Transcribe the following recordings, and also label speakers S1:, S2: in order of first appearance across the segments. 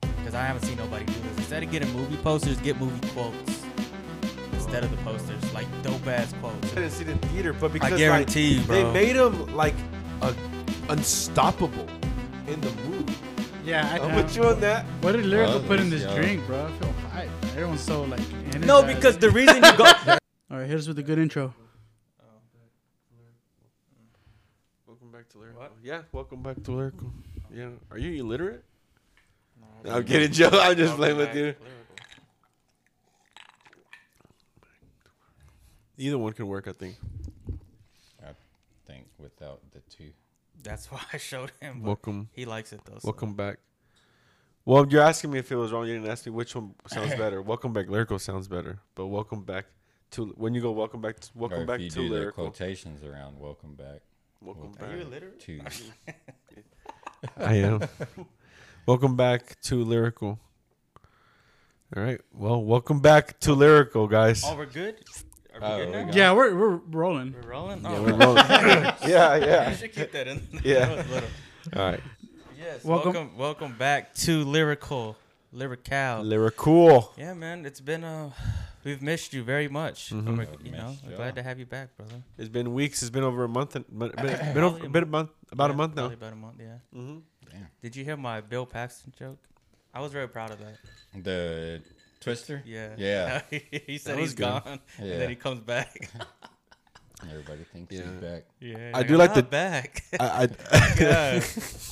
S1: because I haven't seen nobody do this. Instead of getting movie posters, get movie quotes instead of the posters, like dope ass quotes.
S2: I didn't see it in theater, but because like,
S1: guarantee you, bro.
S2: they made him like a, unstoppable in the movie.
S3: Yeah, I
S2: I'm
S3: know.
S2: with you on that.
S3: What did Lyrical
S4: Oh,
S3: put in this
S4: yeah.
S3: drink, bro? I feel hype. Everyone's so like. energized.
S1: No, because the reason you go.
S3: All right, here's with the good intro.
S2: Welcome back to lyrical. Yeah, welcome back to lyrical. Yeah, are you illiterate? I'm kidding, Joe. I'm just playing with you. Either one can work, I think.
S4: I think without the two.
S1: That's why I showed him. but
S2: Welcome,
S1: He likes it though. so-
S2: welcome back. Well, you're asking me if it was wrong. You didn't ask me which one sounds better. welcome back, lyrical sounds better, but welcome back to when you go. Welcome back, to,
S4: or
S2: welcome
S4: if
S2: back
S4: you
S2: to
S4: do the
S2: lyrical.
S4: quotations around welcome back
S2: Welcome back.
S1: Are you illiterate?
S4: to
S2: I am. welcome back to Lyrical. All right. Well, welcome back to Lyrical, guys.
S1: Oh, we're good. Are we
S4: Oh,
S1: good
S4: we
S1: now?
S4: got-
S3: Yeah, we're we're rolling.
S1: We're rolling.
S2: Yeah,
S1: Oh,
S2: we're rolling. yeah,
S1: You
S2: yeah.
S1: should keep that in.
S2: Yeah.
S1: That was little.
S2: All right.
S1: Yes.
S3: Welcome-
S1: Welcome. welcome. back to lyrical, lyrical.
S2: Lyrical.
S1: yeah, man. It's been uh, we've missed you very much.
S2: Mm-hmm.
S1: We're-
S4: I've
S1: you know,
S4: missed
S1: we're
S4: y'all.
S1: glad to have you back, brother.
S2: It's been weeks. It's been over a month. And, but been, been over, been a month. About a
S1: Yeah,
S2: month now.
S1: probably About a month. Yeah.
S2: hmm
S1: Did you hear my Bill Paxton joke? I was very proud of that.
S4: the Twister.
S1: Yeah.
S4: Yeah.
S1: he said
S2: That was
S1: he's
S2: good.
S1: gone,
S4: Yeah.
S1: and then he comes back.
S4: Everybody thinks
S2: Yeah.
S4: he's back.
S1: yeah. he's
S2: I do like
S1: "I'm
S2: the-
S1: not back.
S2: I, I,
S1: Yeah.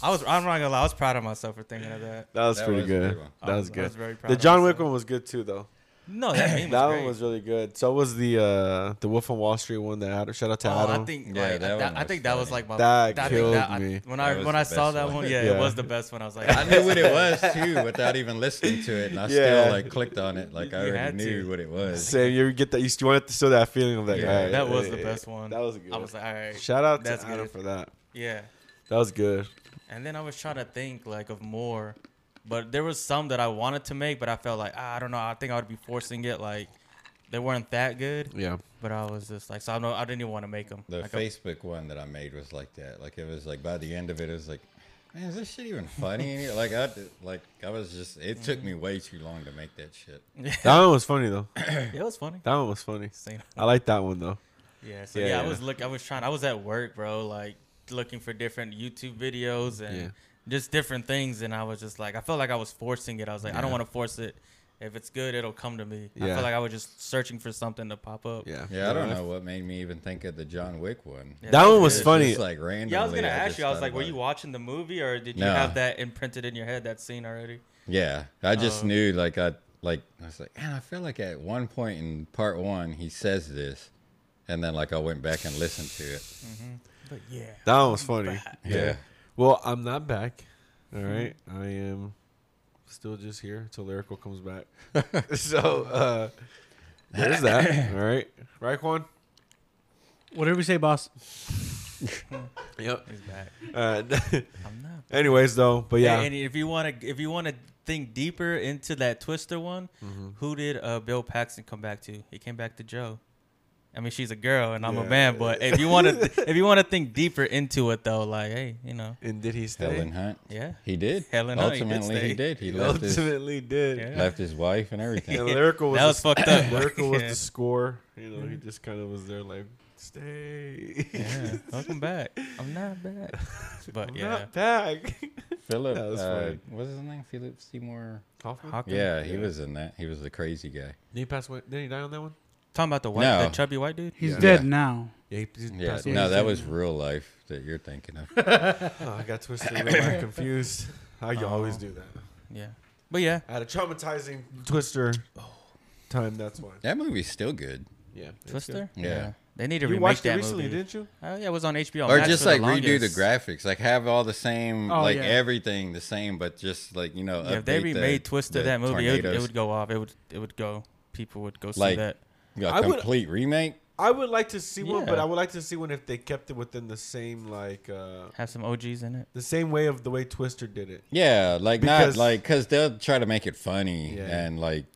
S1: I was. I'm not gonna lie. I was proud of myself for thinking of that.
S2: that was
S4: That
S2: pretty
S4: was a
S2: good.
S4: good one.
S1: I
S2: That was
S1: I
S2: good.
S1: was very proud.
S2: The
S1: of
S2: John
S1: myself.
S2: Wick one was good too, though.
S1: No, that meme was
S2: that
S1: great.
S2: one was really good. So was the uh, the Wolf on Wall Street one that had, shout out to
S1: Oh,
S2: Adam.
S1: I think
S4: Yeah,
S1: like,
S4: that
S1: that
S4: one
S1: I
S4: was
S1: think that was
S4: funny.
S1: like my
S2: That
S1: I think
S2: killed
S1: that- I-
S2: me.
S1: when
S4: That
S1: I
S4: was
S1: when
S4: the
S1: I saw
S4: best
S1: that
S4: one.
S1: one, yeah,
S2: Yeah.
S1: it was the best one. I was like,
S4: I knew what it was too without even listening to it, and I
S2: Yeah.
S4: still like clicked on it. Like I
S1: You
S4: already
S1: had
S4: knew
S1: to.
S4: what it was.
S2: Same, you get that. You still want to still that feeling of like,
S1: yeah,
S2: all right,
S1: that was
S2: yeah,
S1: the
S2: yeah,
S1: best
S2: yeah.
S1: one.
S2: That was a good.
S1: I
S2: one.
S1: was like, all right,
S2: Shout out
S1: that's
S2: to Adam
S1: good.
S2: for that.
S1: yeah.
S2: That was good.
S1: And then I was trying to think like of more, but there was some that I wanted to make, but I felt like ah, I don't know. I think I would be forcing it. Like they weren't that good,
S2: Yeah.
S1: but I was just like, so I know I didn't even want to make them.
S4: The
S1: like, I-
S4: Facebook one that I made was like that. Like it was like by the end of it, it was like, man, is this shit even funny? anymore?" like I like I was just. It took me way too long to make that shit.
S2: That one was funny though.
S1: it was funny.
S2: That one was funny.
S1: Same.
S2: I like that one though.
S1: Yeah, so
S2: Yeah,
S1: yeah,
S2: yeah.
S1: I was look I was trying I was at work, bro, like looking for different YouTube videos and
S2: Yeah.
S1: just different things and I was just like I felt like I was forcing it. I was like, I don't want to force it. If it's good, it'll come to me. I
S2: Yeah.
S1: felt like I was just searching for something to pop up.
S2: Yeah.
S4: Yeah, I don't know what made me even think of the John Wick one.
S1: Yeah,
S2: That one
S4: It
S2: was funny.
S4: Just like randomly.
S1: Yeah, I was gonna ask
S4: just
S1: you. I was
S4: thought
S1: like, were
S4: about
S1: you
S4: it.
S1: watching the movie or did you
S4: No.
S1: have that imprinted in your head that scene already?
S4: Yeah, I just
S1: Oh.
S4: knew like I like I was like, man, I feel like at one point in part one he says this, and then like I went back and listened to it.
S1: But yeah,
S2: That one was funny.
S4: Yeah,
S2: Well, I'm not back. All right. I am still just here till Lyrical comes back. so uh there's that. All right. Right, Quan?
S3: Whatever we say, boss.
S2: Yep.
S1: he's back.
S2: Uh,
S1: I'm not.
S2: anyways though, but yeah.
S1: Yeah. And if you want to, if you want to think deeper into that Twister one,
S4: Mm-hmm.
S1: who did uh, Bill Paxton come back to? He came back to Joe. I mean, she's a girl and I'm
S2: Yeah.
S1: a man, but if you want to, if you want to think deeper into it though, like, hey, you know,
S2: and did he stay?
S4: Helen Hunt.
S1: yeah,
S4: He did.
S1: Helen Hunt, he did
S4: Ultimately,
S1: stay.
S4: he did.
S2: He
S4: He left his
S2: ultimately did.
S1: Yeah.
S4: left his wife and everything.
S2: And Lyrical was
S1: that
S2: the
S1: was fucked up.
S2: Lyrical was
S1: Yeah.
S2: the score. You know, he just kind of was there like, stay.
S1: yeah. Welcome back. I'm not back, but
S2: I'm
S1: yeah,
S2: not back.
S4: Philip,
S2: That was
S4: uh,
S2: funny.
S4: what's his name? Philip Seymour.
S2: Hoffman?
S1: Hawkeye.
S4: Yeah, he
S2: Yeah.
S4: was in that. He was the crazy guy.
S2: Did he pass away? Did he die on that one?
S1: Talking about the white,
S4: No.
S1: the chubby white dude.
S3: He's
S2: Yeah.
S3: dead now.
S2: Yeah, he, he
S4: Yeah,
S2: passed away.
S4: no, that was real life that you're thinking of.
S2: Oh, I got twisted. real quick, confused. How you always do that.
S1: Yeah, but yeah,
S2: I had a traumatizing twister time. That's why.
S4: That movie's still good.
S2: Yeah. it's
S1: Twister.
S4: Yeah.
S1: they need to
S2: good. You
S1: remake
S2: watched
S1: that
S2: it recently,
S1: movie.
S2: didn't you?
S1: Oh yeah, it was on HBO.
S4: or
S1: Max
S4: just
S1: for the
S4: like redo the
S1: longest.
S4: graphics, like have all the same,
S3: Oh,
S4: like
S3: yeah.
S4: everything the same, but just like you know,
S1: Yeah, if they
S4: update the-
S1: remade Twister
S4: the
S1: that movie, it would, it
S4: tornadoes.
S1: would go off. It would it would go. People would go see
S4: Like-
S1: that.
S4: You got
S2: I
S4: a
S2: would-
S4: complete remake.
S2: I would like to see one, but
S1: Yeah.
S2: I would like to see one if they kept it within the same like uh
S1: Have some OGs in it.
S2: the same way of the way Twister did it.
S4: Yeah, like
S2: Because-
S4: not like because they'll try to make it funny
S2: Yeah.
S4: and like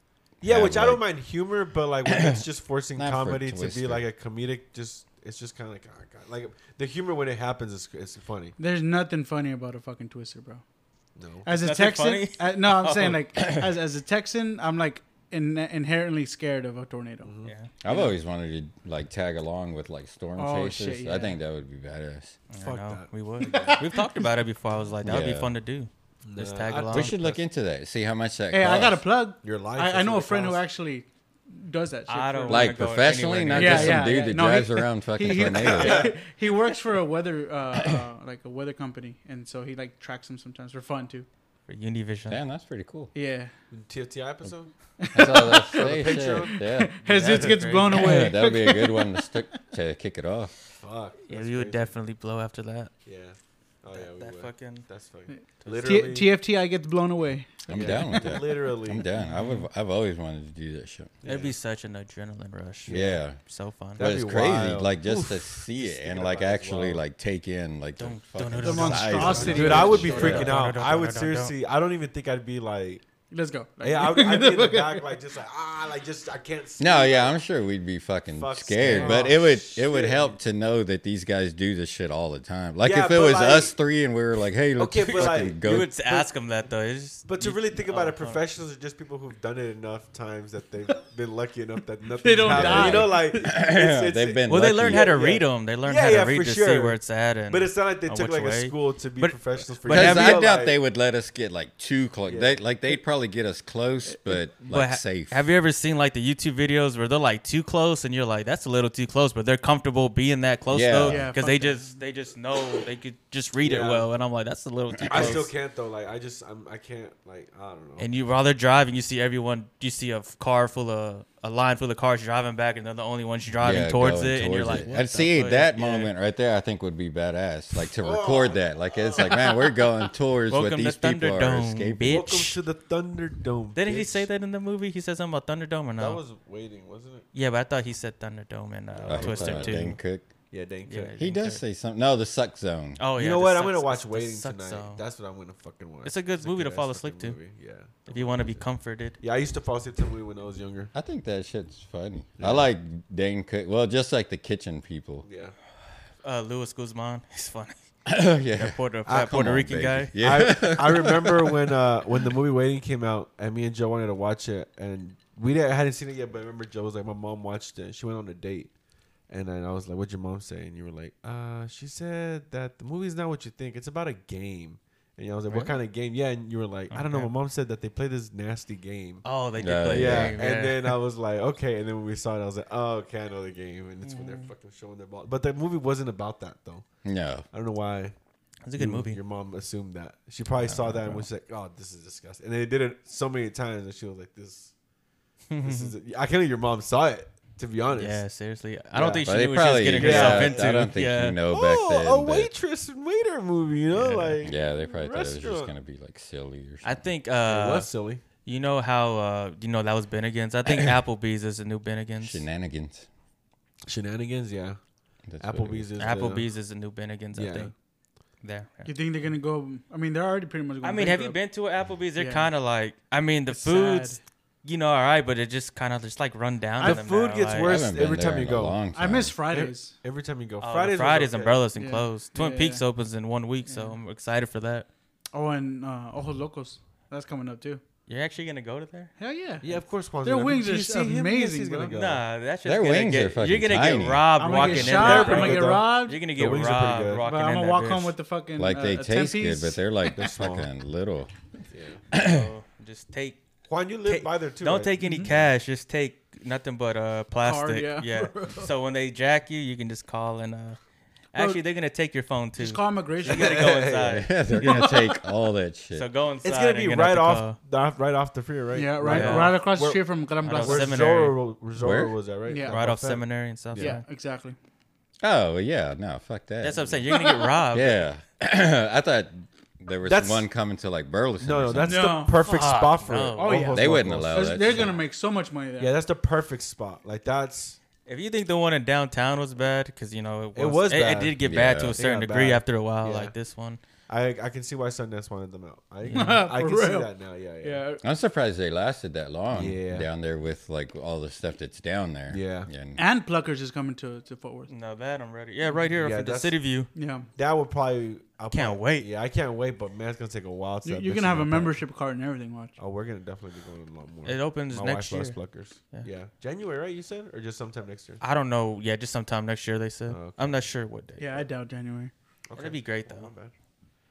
S2: Yeah,
S4: have,
S2: which I don't
S4: like-
S2: mind humor, but like when it's just forcing
S4: Not for
S2: comedy to be
S4: Twister.
S2: like a comedic, just it's just kind of like oh, God. like the humor when it happens is, is funny.
S3: There's nothing funny about a fucking twister, bro.
S2: No.
S3: As a
S1: That's it
S3: Texan,
S1: funny? Oh.
S3: uh, no, I'm saying like as as a Texan, I'm like in, inherently scared of a tornado.
S2: Mm-hmm.
S1: Yeah.
S4: I've always wanted to like tag along with like storm
S3: Oh,
S4: chasers.
S3: shit, yeah.
S4: I think that would be badass.
S1: I
S2: Fuck
S1: know.
S2: that.
S1: We would. We've talked about it before. I was like, that would be
S4: Yeah.
S1: fun to do. Let's
S2: Nah,
S1: tag
S2: I- we
S1: along.
S4: We should look into that. See how much that.
S3: Hey, I
S4: costs.
S3: got a plug.
S2: Your life.
S3: I, I
S2: that's
S3: know
S2: what
S3: a
S2: it
S3: friend who
S2: costs.
S3: actually does that. Shit
S1: I don't wanna
S3: for-
S4: like
S1: go
S4: professionally,
S1: anywhere
S4: not
S1: near
S3: Yeah,
S4: just
S1: that.
S3: yeah,
S4: some dude
S3: yeah.
S4: that
S3: No, he-
S4: drives around fucking
S3: he,
S4: tornadoes.
S3: he, he works for a weather uh, uh, like a weather company, and so he like tracks them sometimes for fun too.
S1: For Univision.
S4: Damn, that's pretty cool.
S3: Yeah,
S2: TFT episode.
S4: That's all that's say,
S2: picture
S4: shit. Yeah.
S3: his
S1: That'd
S3: dudes
S1: be
S3: gets
S1: great.
S3: blown
S4: yeah,
S3: away.
S4: that would be a good one to stick to kick it off.
S2: Fuck.
S1: Yeah,
S2: that's
S1: we would
S2: crazy.
S1: definitely blow after that.
S2: Yeah. Oh yeah.
S1: that
S2: We
S1: that
S2: would.
S1: fucking.
S2: That's fucking.
S3: T-
S2: Literally.
S3: TFTI gets blown away.
S4: I'm
S2: Yeah.
S4: down with that.
S2: Literally.
S4: I'm down. I would. I've always wanted to do that shit.
S1: It'd be such an adrenaline rush.
S4: Yeah.
S1: So fun.
S4: But
S2: That'd
S4: it's
S2: be
S4: crazy,
S2: wild.
S4: like just to see
S2: Just
S4: it and
S2: thinking
S4: like
S2: about it is
S4: actually
S2: wild.
S4: like take in like
S1: Don't-
S4: the,
S1: don't
S4: fucking
S1: do The
S3: The
S4: size of it.
S3: monstrosity.
S2: Dude, I would be
S3: Straight
S2: freaking
S3: up.
S2: out. I would seriously. I don't even think I'd be like.
S3: Let's go. Like,
S2: Yeah, I would, I'd be in the back, like just like ah, like just I can't. Sleep.
S4: No, yeah, I'm sure we'd be fucking
S2: Fuck scared.
S4: scared, but
S2: Oh,
S4: it would it would
S2: shit.
S4: help to know that these guys do this shit all the time. Like
S2: Yeah,
S4: if it
S2: but,
S4: was
S2: like-
S4: us three and we were like, hey, let's
S2: Okay, but,
S4: fucking
S2: like,
S4: go.
S1: you would ask them that though. It's just,
S2: But to
S1: you-
S2: really think about
S1: oh,
S2: it,
S1: fuck.
S2: professionals are just people who've done it enough times that they've been lucky enough that nothing.
S3: don't
S2: happened.
S3: die.
S2: You know, like it's, it's,
S4: They've been
S1: Well, they
S4: lucky.
S1: learned how to
S2: Yeah.
S1: read them. They learned
S2: Yeah,
S1: how to
S2: yeah,
S1: read
S2: for
S1: to see
S2: sure.
S1: where it's at. And
S2: But it's not like they
S1: on
S2: took
S1: which
S2: like
S1: way.
S2: a school to be
S1: But-
S2: professionals for.
S1: but
S2: years.
S4: Because
S1: have
S2: You
S4: I
S2: know,
S4: doubt
S2: like-
S4: they would let us get like too close.
S2: Yeah.
S4: They like they'd probably get us close, but like
S1: But ha-
S4: safe.
S1: have you ever seen like the YouTube videos where they're like too close and you're like that's a little too close, but they're comfortable being that close
S4: Yeah.
S1: though
S3: Yeah,
S1: because
S3: fuck
S1: they
S3: that.
S1: just they just know they could just read it
S2: Yeah.
S1: well, and I'm like that's a little too
S2: I
S1: close.
S2: still can't though. Like I just I'm, I can't like I don't know.
S1: And you while they're driving, you see everyone, you see a f- car full of a line full of cars driving back, and they're the only ones driving
S4: Yeah,
S1: towards
S4: going
S1: it, and you're like,
S4: towards it.
S1: what
S4: and
S1: the
S4: see
S1: fuck?
S4: that
S1: Yeah.
S4: moment right there, I think would be badass. Like
S2: Oh.
S4: to record that, like it's like man, we're going towards what
S1: Welcome to
S4: these people are
S1: Thunderdome,
S4: escaping.
S1: bitch.
S2: Welcome to the Thunderdome.
S1: Didn't he
S2: bitch.
S1: say that in the movie? He said something about Thunderdome or no?
S2: That was waiting, wasn't it?
S1: yeah, but I thought he said Thunderdome and uh,
S4: Oh,
S1: Twister
S4: uh,
S1: too.
S4: Dan Cook.
S2: Yeah, dang.
S1: Yeah,
S2: Yeah.
S4: He
S1: Dan Cook.
S4: does say something. No, the suck zone.
S1: Oh yeah.
S2: you know
S1: the
S2: what? I'm
S1: suck-
S2: gonna watch
S1: the
S2: Waiting
S1: suck
S2: tonight.
S1: zone.
S2: That's what I'm gonna fucking watch.
S1: It's a good movie to
S2: good-ass
S1: fall
S2: fucking
S1: asleep to.
S2: movie. Yeah.
S1: If you want to be comforted,
S2: Yeah, I used to fall asleep to the movie when I was younger.
S4: I think that shit's funny. I like Dane Cook. Well, just like the kitchen people.
S2: Yeah.
S1: uh, Louis Guzman, he's funny.
S4: yeah.
S1: Puerto,
S4: Ah,
S1: that
S4: come
S1: Puerto
S4: on,
S1: Rican
S4: baby.
S1: guy.
S4: Yeah.
S2: I, I remember when uh, when the movie Waiting came out, and me and Joe wanted to watch it, and we didn't, hadn't seen it yet. But I remember Joe was like, my mom watched it. and She went on a date, and then I was like, "What'd your mom say?" And you were like, "Uh, she said that the movie's not what you think. It's about a game." And I was like, "What kind of game?" Yeah, and you were like, "I don't know." My
S1: Okay.
S2: mom said that they play this nasty game.
S1: Oh, they did
S4: Yeah,
S1: play.
S2: Yeah,
S1: that game,
S2: and then I was like, okay, and then when we saw it, I was like, oh, okay, I know the game, and it's when they're fucking showing their ball. But the movie wasn't about that though.
S4: no.
S2: I don't know why
S1: it's a good
S2: you-
S1: movie.
S2: Your mom assumed that. She probably saw that and was like, "Oh, this is disgusting." And they did it so many times, and she was like, "This, this is." I can't believe your mom saw it. To be honest.
S1: Yeah, seriously. I don't
S2: Yeah.
S1: think she
S4: But they
S1: knew what she was
S4: probably.
S1: getting
S2: yeah,
S1: herself
S4: I
S1: into.
S4: don't think
S1: yeah.
S4: you know back
S2: Oh,
S4: then.
S2: a
S4: that-
S2: waitress and waiter movie. You know,
S1: Yeah.
S2: like
S4: Yeah, they probably thought it was just
S2: Restaurant.
S4: gonna be like silly or something.
S1: I think
S2: it
S1: uh,
S2: was silly.
S1: you know how uh, you know that was Bennigan's. I think Applebee's is the new Bennigan's.
S4: Shenanigans.
S2: Shenanigans. Yeah.
S4: That's what it
S2: Applebee's is uh, the-
S1: Applebee's is the new Bennigan's. I
S2: Yeah.
S1: think. There. yeah.
S3: You think they're gonna go? I mean, they're already pretty much. Going
S1: I mean, have you been to an Applebee's? They're
S3: Yeah.
S1: kind of like. I mean, the
S3: It's
S1: food's
S3: sad.
S1: you know all right, but it just kind of just like run down.
S2: The
S1: to them
S2: food
S1: now,
S2: gets
S1: like-
S4: I
S2: worse.
S4: haven't been
S2: Every time
S4: there
S2: you
S4: in a
S2: go.
S4: long
S3: I
S4: time.
S3: miss
S2: Every,
S3: Fridays.
S2: every time you go,
S1: Oh, the
S2: Fridays.
S1: Fridays,
S2: was okay.
S1: umbrellas and
S3: Yeah.
S1: closed. Twin
S3: Yeah,
S1: Peaks
S3: yeah.
S1: opens in one week, so I'm excited for that.
S3: Oh, and uh, Ojos Locos. That's coming up too.
S1: You're actually gonna go to there?
S3: Hell yeah.
S2: Yeah, of course. Juan's
S3: Their
S2: gonna be-
S3: wings
S2: Do you
S3: are
S2: see him? Yes,
S3: amazing,
S2: he's gonna
S3: bro.
S2: go.
S1: Nah, that's just
S4: Their
S1: gonna
S4: wings
S1: get,
S4: are fucking
S1: You're gonna
S4: tiny.
S1: get robbed
S3: I'm
S1: walking
S3: gonna get
S1: in
S3: shot.
S1: there.
S3: I'm gonna
S1: bro.
S3: get
S2: Though.
S3: robbed.
S1: You're gonna
S2: The
S1: get
S2: wings are pretty
S1: robbed
S2: good.
S1: walking
S3: but I'm
S1: in
S3: gonna
S1: that
S3: walk
S1: bitch.
S3: home with the fucking.
S4: Like
S3: uh,
S4: they
S3: a 10
S4: taste good,
S3: piece.
S4: but they're like this
S2: small.
S4: fucking little.
S1: So, just take.
S2: Juan, you live
S1: take-
S2: by there too.
S1: Don't
S2: right?
S1: take any cash. Just take nothing but uh plastic.
S3: Mm-hmm. yeah.
S1: yeah. so when they jack you, you can just call and uh. Actually, they're gonna take your phone too.
S3: Just call migration.
S1: You gotta go inside.
S4: Yeah, they're gonna take all that shit.
S1: so go inside.
S2: It's gonna
S1: and
S2: be
S1: you're
S2: right
S1: have to
S2: off,
S1: call.
S2: off, right off the free, right?
S3: Yeah, right,
S1: Yeah.
S3: right across the
S2: Where-
S3: street from Gran
S1: Right off
S3: Plaza.
S2: Where
S1: Seminary.
S2: Zorro, Zorro
S4: Where?
S2: was at, right?
S3: Yeah.
S1: Right off
S2: Buffet.
S1: seminary and stuff.
S3: Yeah, exactly.
S4: Oh well, yeah, no, fuck that.
S1: That's what I'm saying. You're gonna get robbed.
S4: Yeah, I thought there was
S2: That's-
S4: one coming to like Burleson.
S2: No,
S4: or
S2: no, that's
S3: No.
S2: the perfect
S1: Fuck,
S2: spot for
S1: no.
S2: it.
S3: Oh, yeah.
S2: Ojos
S4: They wouldn't
S2: Locos.
S4: allow- Oh,
S3: They're-
S4: that's
S3: they're
S4: true.
S3: gonna make so much money there.
S2: Yeah, that's the perfect spot. Like that's
S1: If you think the one in downtown was bad, because you know it was,
S2: It was
S1: it,
S2: bad.
S1: did get bad to
S4: Yeah.
S1: a certain
S2: It got
S1: degree
S2: bad.
S1: after a while,
S2: Yeah.
S1: like this one.
S2: I I can see why Sundance wanted them out. I I
S3: For
S2: can see
S3: real.
S2: that now. Yeah, yeah.
S3: Yeah,
S4: I'm surprised they lasted that long
S2: Yeah.
S4: down there with like all the stuff that's down there.
S2: Yeah.
S4: And
S3: and Pluckers is coming to to Fort Worth.
S1: No, that I'm ready. Yeah, right here
S2: Yeah,
S1: for the
S2: that's-
S1: city view.
S3: Yeah,
S2: That would probably. I
S1: Can't wait.
S2: Yeah, I can't wait. But man, it's gonna take a while. To
S3: you,
S2: that
S3: you're
S2: bitch
S3: gonna have a
S2: in my pocket.
S3: membership card and everything. Watch.
S2: Oh, we're gonna definitely be going a lot more.
S1: It opens
S2: My
S1: next
S2: wife
S1: year.
S2: loves Pluckers. Yeah.
S1: Yeah.
S2: January, right? You said, or just sometime next year?
S1: I don't know. Yeah, just sometime next year they said.
S2: Oh, okay.
S1: I'm not sure what day.
S3: Yeah, I doubt January.
S1: It'd be great
S2: Oh, my
S1: though,
S2: bad.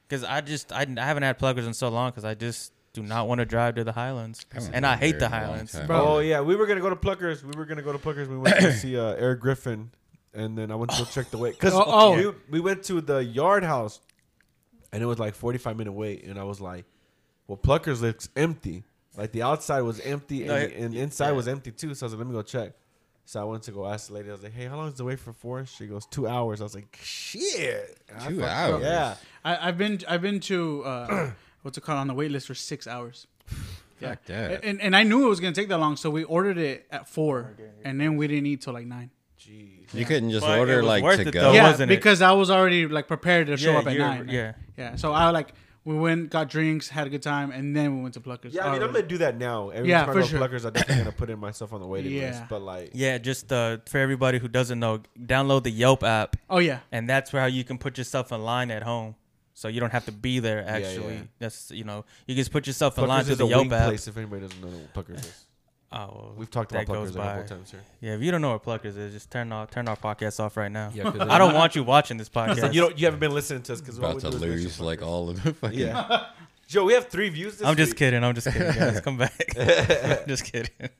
S1: because I just I, I haven't had pluggers in so long because I just do not want to drive to the Highlands,
S4: I haven't
S1: and I
S4: been
S1: hate
S4: there
S1: the
S4: in a long
S1: Highlands.
S4: time.
S2: Oh yeah, we were gonna go to Pluckers. We were gonna go to Pluckers. We went to see uh, Eric Griffin, and then I went to go check the wait because
S3: Oh, oh.
S2: we, we went to the Yard House, and it was like forty five minute wait, and I was like, "Well, Pluckers looks empty. Like the outside was empty, and,
S1: No,
S2: the
S1: it-
S2: and the inside
S1: yeah.
S2: was empty too." So I was like, "Let me go check." So I went to go ask the lady. I was like, "Hey, how long is the wait for for?" She goes, two hours." I was like, "Shit, And I
S4: Two
S2: fucked up.
S4: hours?
S2: Yeah,
S3: I, I've been I've been to uh, what's it called on the wait list for six hours. Yeah.
S4: Fuck that.
S3: And, and I knew it was gonna take that long, so we ordered it at
S2: Oh,
S3: four, and then we didn't eat till like nine.
S2: jeez.
S4: You couldn't just
S1: But it
S4: order
S1: was
S4: like
S1: worth
S4: to
S1: it,
S4: go.
S1: though.
S3: yeah,
S1: Oh, wasn't it?
S3: because I was already like prepared to show
S1: Yeah,
S3: up at
S1: you're-
S3: nine. like,
S1: yeah.
S3: yeah. So I like we went, got drinks, had a good time, and then we went to Pluckers. Oh,
S2: Yeah, I mean, I'm
S3: Already.
S2: gonna do that now. Every
S3: Yeah,
S2: time
S3: for
S2: I go
S3: sure.
S2: to Pluckers, I'm definitely gonna put in myself on the waiting
S3: Yeah.
S2: list. But like,
S1: Yeah, just uh, for everybody who doesn't know, download the Yelp app,
S3: oh yeah,
S1: and that's where how you can put yourself in line at home. So you don't have to be there.
S2: yeah.
S1: Actually, that's you know you can just put yourself in
S2: Pluckers
S1: line through
S2: is
S1: the
S2: a
S1: Yelp
S2: wing
S1: app.
S2: place. If anybody doesn't know what Pluckers is,
S1: Oh, well,
S2: we've talked
S1: that
S2: about Pluckers
S1: goes
S2: a couple
S1: by.
S2: times here.
S1: Yeah, if you don't know what Pluckers is, just turn off turn our podcast off right now.
S2: Yeah,
S1: I don't want you watching this podcast.
S2: you don't. You haven't been listening to us because
S4: About to lose like all of the fucking.
S2: Yeah, Joe, we have three views. This
S1: I'm just
S2: week.
S1: kidding. I'm just kidding. Guys, come back. just kidding.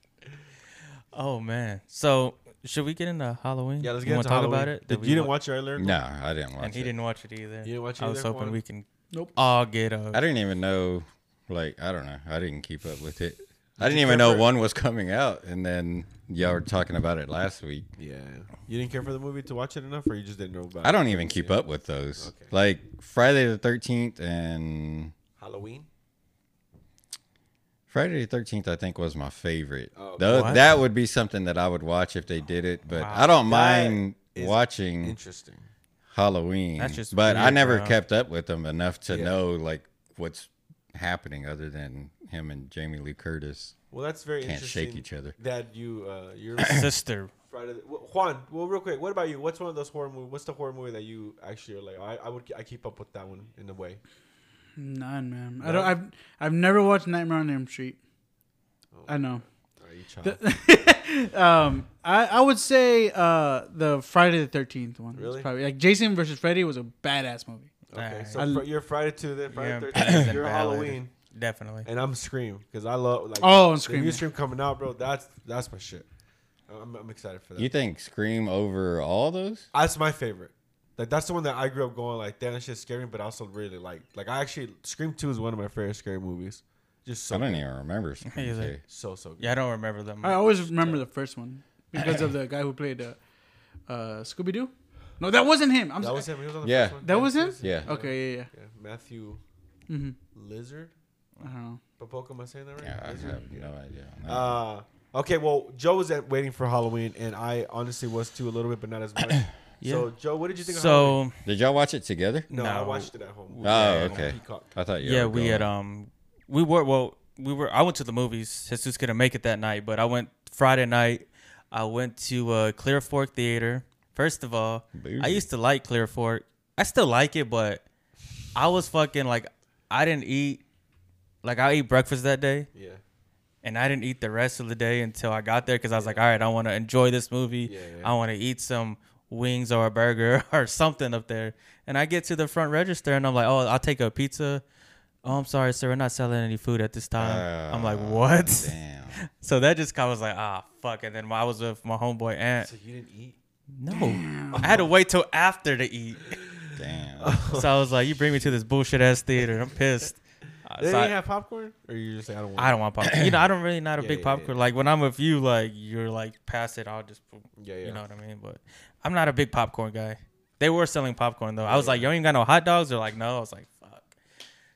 S1: Oh man. So should we get into Halloween?
S2: Yeah, let's
S1: You
S2: get
S1: wanna
S2: into
S1: talk
S2: Halloween.
S1: about it.
S2: Did,
S1: we
S2: you didn't
S1: wa-
S2: watch it earlier?
S4: No, I didn't watch
S1: And he
S4: it.
S1: didn't watch it either.
S2: You didn't watch it
S1: I was
S2: either,
S1: hoping
S2: Juan?
S1: we can
S3: Nope.
S1: all get up.
S4: I didn't even know. Like I don't know. I didn't keep up with it. I didn't even know one was coming out, and then y'all were talking about it last week.
S2: Yeah, you didn't care for the movie to watch it enough, or you just didn't know about
S4: I don't even keep up with those. Like Friday the Thirteenth and
S2: Halloween.
S4: Friday the Thirteenth, I think, was my favorite.
S2: Oh,
S4: Tho-
S1: What?
S4: that would be something that I would watch if they did it, but I don't mind
S2: is
S4: watching
S2: Interesting.
S4: Halloween.
S1: That's just
S4: but I
S1: weird,
S4: never
S1: bro.
S4: kept up with them enough to
S2: Yeah.
S4: know like what's happening, other than him and Jamie Lee Curtis.
S2: Well, that's very
S4: Can't
S2: interesting.
S4: shake each other.
S2: That you, uh, you're
S1: Sister.
S2: Friday. The, Wh- Juan, well, real quick, what about you? What's one of those horror movies? What's the horror movie that you actually are like? I, I would, I keep up with that one in a way.
S3: none, man. I don't. I've I've never watched Nightmare on Elm Street.
S1: Oh.
S3: I know.
S2: Are you child?
S3: Um, I, I would say uh the Friday the Thirteenth one. is
S2: Really? Oh
S3: Probably like Jason versus Freddy was a badass movie.
S2: okay,
S1: Alright.
S2: so
S3: I-
S2: fr- you're Friday to the
S1: Yeah,
S2: Friday
S1: Peas
S2: 13th,
S1: and
S2: you're
S1: Ballad.
S2: Halloween,
S1: Definitely.
S2: and I'm Scream because I love like
S3: Oh, and
S2: the
S3: Scream,
S2: new
S3: yeah.
S2: Scream coming out, bro. That's that's my shit. I'm, I'm excited for that.
S4: You think Scream over all those?
S2: that's my favorite. Like that's the one that I grew up going like damn that shit's scary, but I also really like. Like I actually Scream Two is one of my favorite scary movies. Just so
S4: I don't e-, even remember. Scream
S1: He's like-
S4: two.
S2: so so good.
S1: Yeah, I don't remember them.
S3: I always remember the first one because of the guy who played uh, uh Scooby Doo. No, that wasn't him. I'm
S2: That
S3: sorry.
S2: was him. He was on the
S4: Yeah.
S2: first one.
S3: That was him.
S4: Yeah.
S1: Oh,
S3: Okay. Yeah. Yeah.
S2: Yeah, Matthew
S3: Mhm.
S2: Lizard.
S3: I don't know.
S2: Popoca, am I saying that right?
S4: Yeah, I
S2: Lizard?
S4: have no idea. on that.
S2: Uh, okay, well, Joe was at waiting for Halloween, and I honestly was too a little bit, but not as much. So,
S1: Yeah.
S2: Joe, what did you think? of Halloween?
S1: So
S4: Did y'all watch it together?
S2: no, I
S1: No.
S2: watched it at home.
S4: Oh,
S2: On
S4: okay.
S2: Peacock.
S4: I thought you
S1: yeah,
S4: were
S1: we
S4: going.
S1: had um we were well we were I went to the movies. Jesus couldn't make it that night, but I went Friday night. I went to uh, Clear Fork Theater. First of all, I
S4: Bougie.
S1: used to like Clear Fork. I still like it, but I was fucking like I didn't eat like I ate breakfast that day
S2: Yeah,
S1: and I didn't eat the rest of the day until I got there because I was like, all right, I want to enjoy this movie.
S2: Yeah, yeah.
S1: I want to eat some wings or a burger or something up there. And I get to the front register and I'm like, oh, I'll take a pizza. Oh, I'm sorry, sir. We're not selling any food at this time. um, I'm like,
S4: Ah,
S1: what?
S4: Damn.
S1: So that just kind of was like, ah, fuck. And then I was with my homeboy aunt.
S2: so you didn't eat.
S1: No, I had to wait till after to eat.
S4: Damn.
S1: So I was like, you bring me to this bullshit ass theater. and I'm pissed. Uh,
S2: They
S1: so I-
S2: didn't have popcorn, or you just like, I don't want.
S1: I don't want popcorn. you know, I don't really not a
S2: Yeah,
S1: big
S2: yeah,
S1: popcorn. Like when I'm with you, like you're like past it, I'll just
S2: Yeah,
S1: yeah,
S2: yeah.
S1: you know what I mean. But I'm not a big popcorn guy. They were selling popcorn though. I was like, you don't even got no hot dogs. They're like, no. I was like, fuck.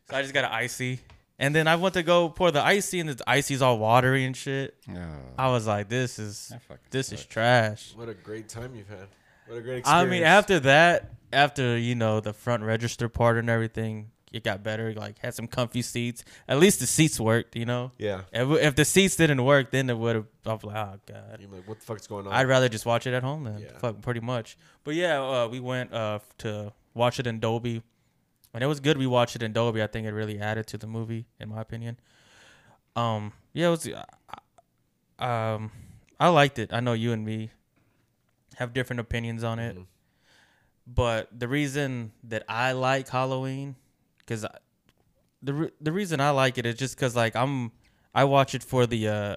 S1: So I just got an icy, and then I went to go pour the icy, and the icy's all watery and shit.
S4: Oh.
S1: I was like, this is
S4: That fucking
S1: this is
S4: sucks.
S1: trash.
S2: What a great time you've had. What a great
S1: I
S2: experience.
S1: mean, after that, after you know the front register part and everything, it got better. Like had some comfy seats. At least the seats worked. You know,
S2: Yeah.
S1: if, if the seats didn't work, then it would have. I'm like, oh god.
S2: You're like, what the fuck's going on?
S1: I'd rather just watch it at home then.
S2: Yeah.
S1: Fuck, pretty much. But yeah, uh, we went uh, f- to watch it in Dolby, and it was good. We watched it in Dolby. I think it really added to the movie, in my opinion. Um, yeah, it was. I- I- um, I liked it. I know you and me have different opinions on it, but the reason that I like Halloween, because the re- the reason I like it is just because like I'm I watch it for the uh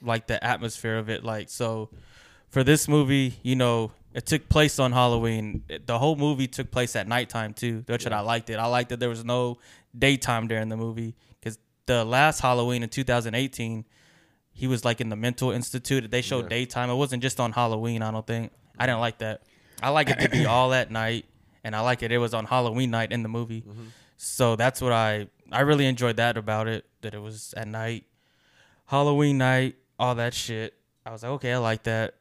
S1: like the atmosphere of it. Like so, for this movie, you know, it took place on Halloween. It- the whole movie took place at nighttime too. That's what I liked it. I liked that there was no daytime during the movie because the last Halloween in 2018, he was like in the mental institute. They showed daytime. It wasn't just on Halloween. I don't think I didn't like that. I like it to be all at night, and I like it. It was on Halloween night in the movie. So that's what I I really enjoyed that about it. That it was at night. Halloween night, all that shit. I was like, okay, I like that,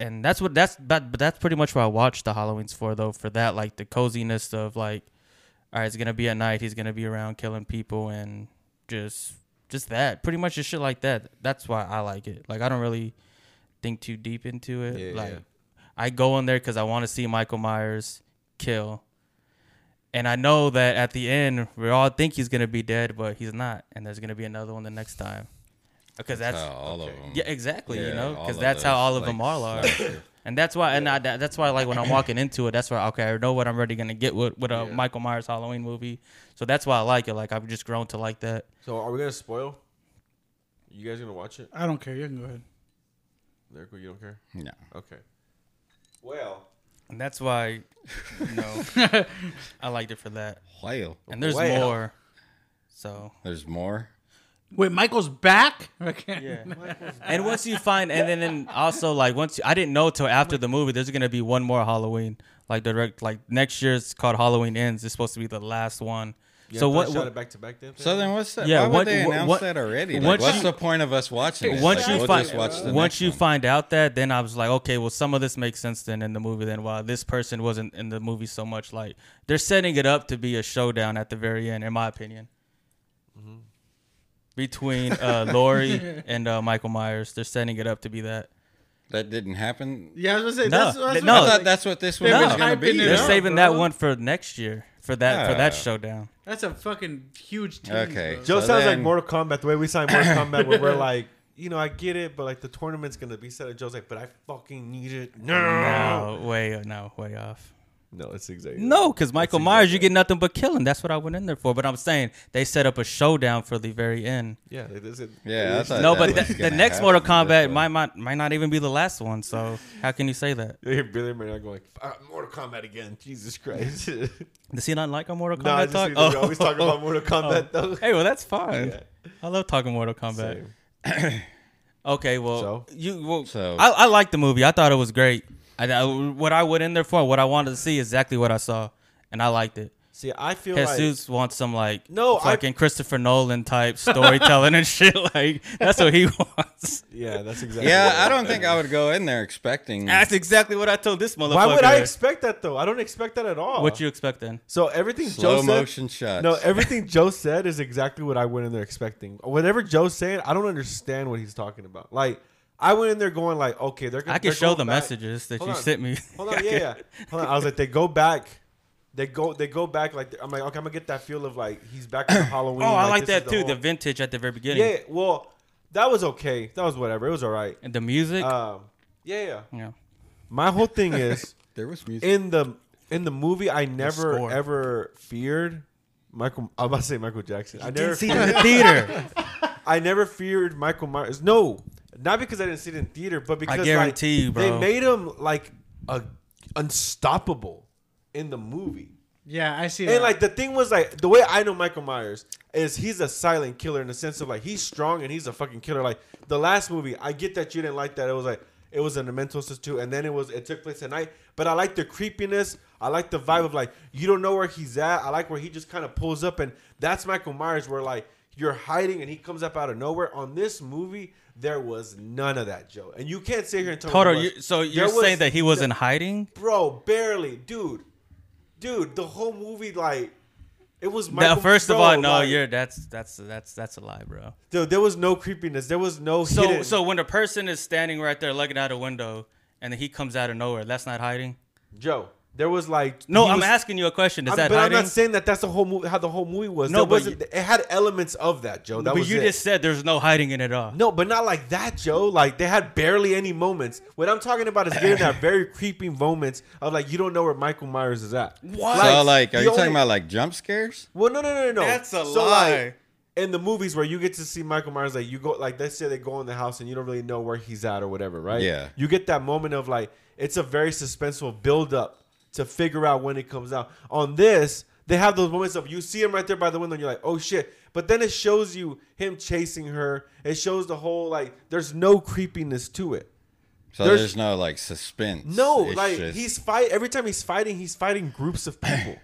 S1: and that's what that's but, but that's pretty much what I watched the Halloweens for though. For that, like the coziness of like, all right, it's gonna be at night. He's gonna be around killing people and just just that. Pretty much just shit like that. That's why I like it. Like I don't really think too deep into it.
S2: Yeah,
S1: like
S2: yeah.
S1: I go in there because I want to see Michael Myers kill. And I know that at the end, we all think he's gonna be dead, but he's not, and there's gonna be another one the next time. Because that's
S4: How all of them.
S1: yeah, exactly. you
S4: Yeah,
S1: know,
S4: all
S1: because
S4: of
S1: that's how
S4: those,
S1: all of
S4: like,
S1: them all are,
S4: slasher.
S1: and that's why, and I, that- that's why, like when I'm walking into it, that's why okay, I know what I'm already gonna get with with a
S2: Yeah.
S1: Michael Myers Halloween movie, so that's why I like it. Like I've just grown to like that.
S2: so are we gonna spoil? You guys gonna watch it?
S3: I don't care. You can go ahead.
S2: Lyrical, you don't care?
S4: No.
S2: Okay. Well,
S1: And that's why, you know, I liked it for that.
S4: Whale.
S1: And there's
S2: Well.
S1: more, so
S4: There's more.
S3: Wait, Michael's back? I can't.
S1: yeah. and once you find, and then and also like once you, I didn't know till after the movie, there's gonna be one more Halloween. Like direct, like next year it's called Halloween Ends. It's supposed to be the last one. so what?
S2: Shot
S1: what
S2: it back to back then.
S4: So then, what's that?
S1: Yeah,
S4: Yeah, Why would
S1: what-
S4: they
S1: what-
S4: announce
S1: what-
S4: that already?
S1: once
S4: Like, what's
S1: you-
S4: the point of us watching this?
S1: once
S4: Like,
S1: you
S4: we'll
S1: find
S4: just watch the
S1: once
S4: next
S1: you
S4: one.
S1: find out that, then I was like, okay, well, some of this makes sense then in the movie. Then why this person wasn't in the movie so much. Like they're setting it up to be a showdown at the very end, in my opinion,
S4: Mm-hmm.
S1: between uh, Lori and uh, Michael Myers. They're setting it up to be that.
S4: that didn't happen.
S3: Yeah, I was gonna say
S1: No,
S3: that's, that's
S1: no,
S3: what I
S4: I
S3: was
S4: thought
S3: like,
S4: that's what this
S3: they
S4: one
S1: were
S4: was going to
S3: hyping
S4: be.
S3: it
S1: They're
S3: Yeah,
S4: though.
S3: up.
S1: saving that
S3: bro.
S1: one for next year for that for that
S4: Yeah.
S1: showdown.
S3: that's a fucking huge team.
S4: Okay.
S3: bro.
S2: Joe
S4: So
S2: sounds like
S4: then-
S2: Mortal Kombat. The way we signed Mortal Kombat, where we're like, you know, I get it, but like the tournament's gonna be set. And Joe's like, but I fucking need it. No,
S1: No, way no, way off.
S2: no, it's exactly
S1: No, because Michael Myers, you get nothing but killing. That's what I went in there for. But I'm saying they set up a showdown for the very end.
S2: Yeah, it is. It,
S4: Yeah, I thought
S1: No,
S4: that
S1: but
S4: was
S1: the, the
S4: gonna
S1: next
S4: happen
S1: Mortal
S4: this way.
S1: Kombat might, might might not even be the last one. So how can you say that?
S2: You hear Billy right now going, "Fuck, Mortal Kombat again. Jesus Christ. no,
S1: Does he not like our Mortal Kombat
S2: I just
S1: talk? Oh.
S2: think that we always talk
S4: Oh.
S2: about Mortal Kombat though.
S1: hey, well that's fine.
S2: Yeah.
S1: I love talking Mortal Kombat.
S2: Same.
S1: Okay, well
S2: So?
S1: you well,
S4: So-
S1: I, I like the movie. I thought it was great. I, I- what I went in there for, what I wanted to see, exactly what I saw, and I liked it.
S2: See, I feel like
S1: Jesus wants some like
S2: No, I-
S1: fucking Christopher Nolan type storytelling and shit. Like that's what he wants.
S2: yeah, that's exactly.
S4: Yeah, I
S2: what-
S4: don't think I would go in there expecting.
S1: That's exactly what I told this motherfucker.
S2: Why would I expect that though? I don't expect that at all.
S1: what you expect then?
S2: So everything
S4: Slow
S2: Joe
S4: motion
S2: said,
S4: shots.
S2: no, everything Joe said is exactly what I went in there expecting. Whatever Joe's saying, I don't understand what he's talking about. Like I went in there going like, okay, they're.
S1: I can
S2: they're
S1: show
S2: going
S1: the
S2: back.
S1: messages that
S2: Hold
S1: you
S2: on.
S1: sent me.
S2: Hold on, yeah, yeah. Hold on. I was like, they go back. They go, they go back. Like I'm like, okay, I'm gonna get that feel of like he's back on Halloween.
S1: Oh, I like
S2: this is
S1: that too. The,
S2: whole-
S1: vintage at the very beginning.
S2: yeah, well, that was okay. That was whatever. It was all right.
S1: And the music.
S2: Um, yeah, yeah.
S1: yeah.
S2: My whole thing is
S4: there was music.
S2: in the in the movie. I never
S1: score.
S2: ever feared Michael. I'm about to say Michael Jackson. I never.
S1: See it in the theater.
S2: I never feared Michael Myers. No, not because I didn't see it in theater, but because like,
S1: guarantee you,
S2: they
S1: bro.
S2: made him like a unstoppable in the movie.
S3: Yeah, I see that.
S2: And like the thing was like the way I know Michael Myers is he's a silent killer in the sense of like he's strong and he's a fucking killer. Like the last movie, I get that you didn't like that. It was like it was in the mental institute, and then it was it took place at night. But I like the creepiness. I like the vibe of like you don't know where he's at. I like where he just kind of pulls up, and that's Michael Myers. Where like You're hiding, and he comes up out of nowhere. On this movie, there was none of that, Joe. And you can't sit here and tell
S1: Hold
S2: me.
S1: on.
S2: there
S1: You,
S2: was.
S1: so you're
S2: There was-
S1: saying that he was in hiding?
S2: bro, barely, dude, dude. The whole movie, like, it was.
S1: No,
S2: Michael-
S1: first of
S2: bro,
S1: all, no,
S2: like,
S1: you're that's that's that's that's a lie, bro.
S2: Dude, there was no creepiness. There was no.
S1: So
S2: hidden-
S1: so when the person is standing right there looking out a window and then he comes out of nowhere, that's not hiding.
S2: Joe, there was like
S1: No,
S2: he
S1: I'm
S2: was-
S1: asking you a question. Is
S2: I'm-
S1: that
S2: but
S1: hiding?
S2: I'm not saying that that's the whole movie. How the whole movie was.
S1: No,
S2: No,
S1: but
S2: wasn't, it had elements of that, Joe. That
S1: but
S2: was
S1: you
S2: it.
S1: just said there's no hiding in it at all.
S2: No, but not like that, Joe. Like they had barely any moments. What I'm talking about is getting that very creepy moments of like you don't know where Michael Myers is at. What?
S4: so like, are you talking about like jump scares?
S2: Well, no, no, no, no, no.
S1: That's a
S2: So,
S1: lie.
S2: Like, in the movies where you get to see Michael Myers, like you go, like let's say they go in the house and you don't really know where he's at or whatever, right?
S4: Yeah.
S2: You get that moment of like it's a very suspenseful build up to figure out when it comes out. On this, they have those moments of you see him right there by the window, and you're like, oh shit. But then it shows you him chasing her. It shows the whole like there's no creepiness to it.
S4: So
S2: There's-
S4: there's, no like suspense.
S2: No,
S4: It's
S2: like
S4: just-
S2: he's fight every time he's fighting, he's fighting groups of people.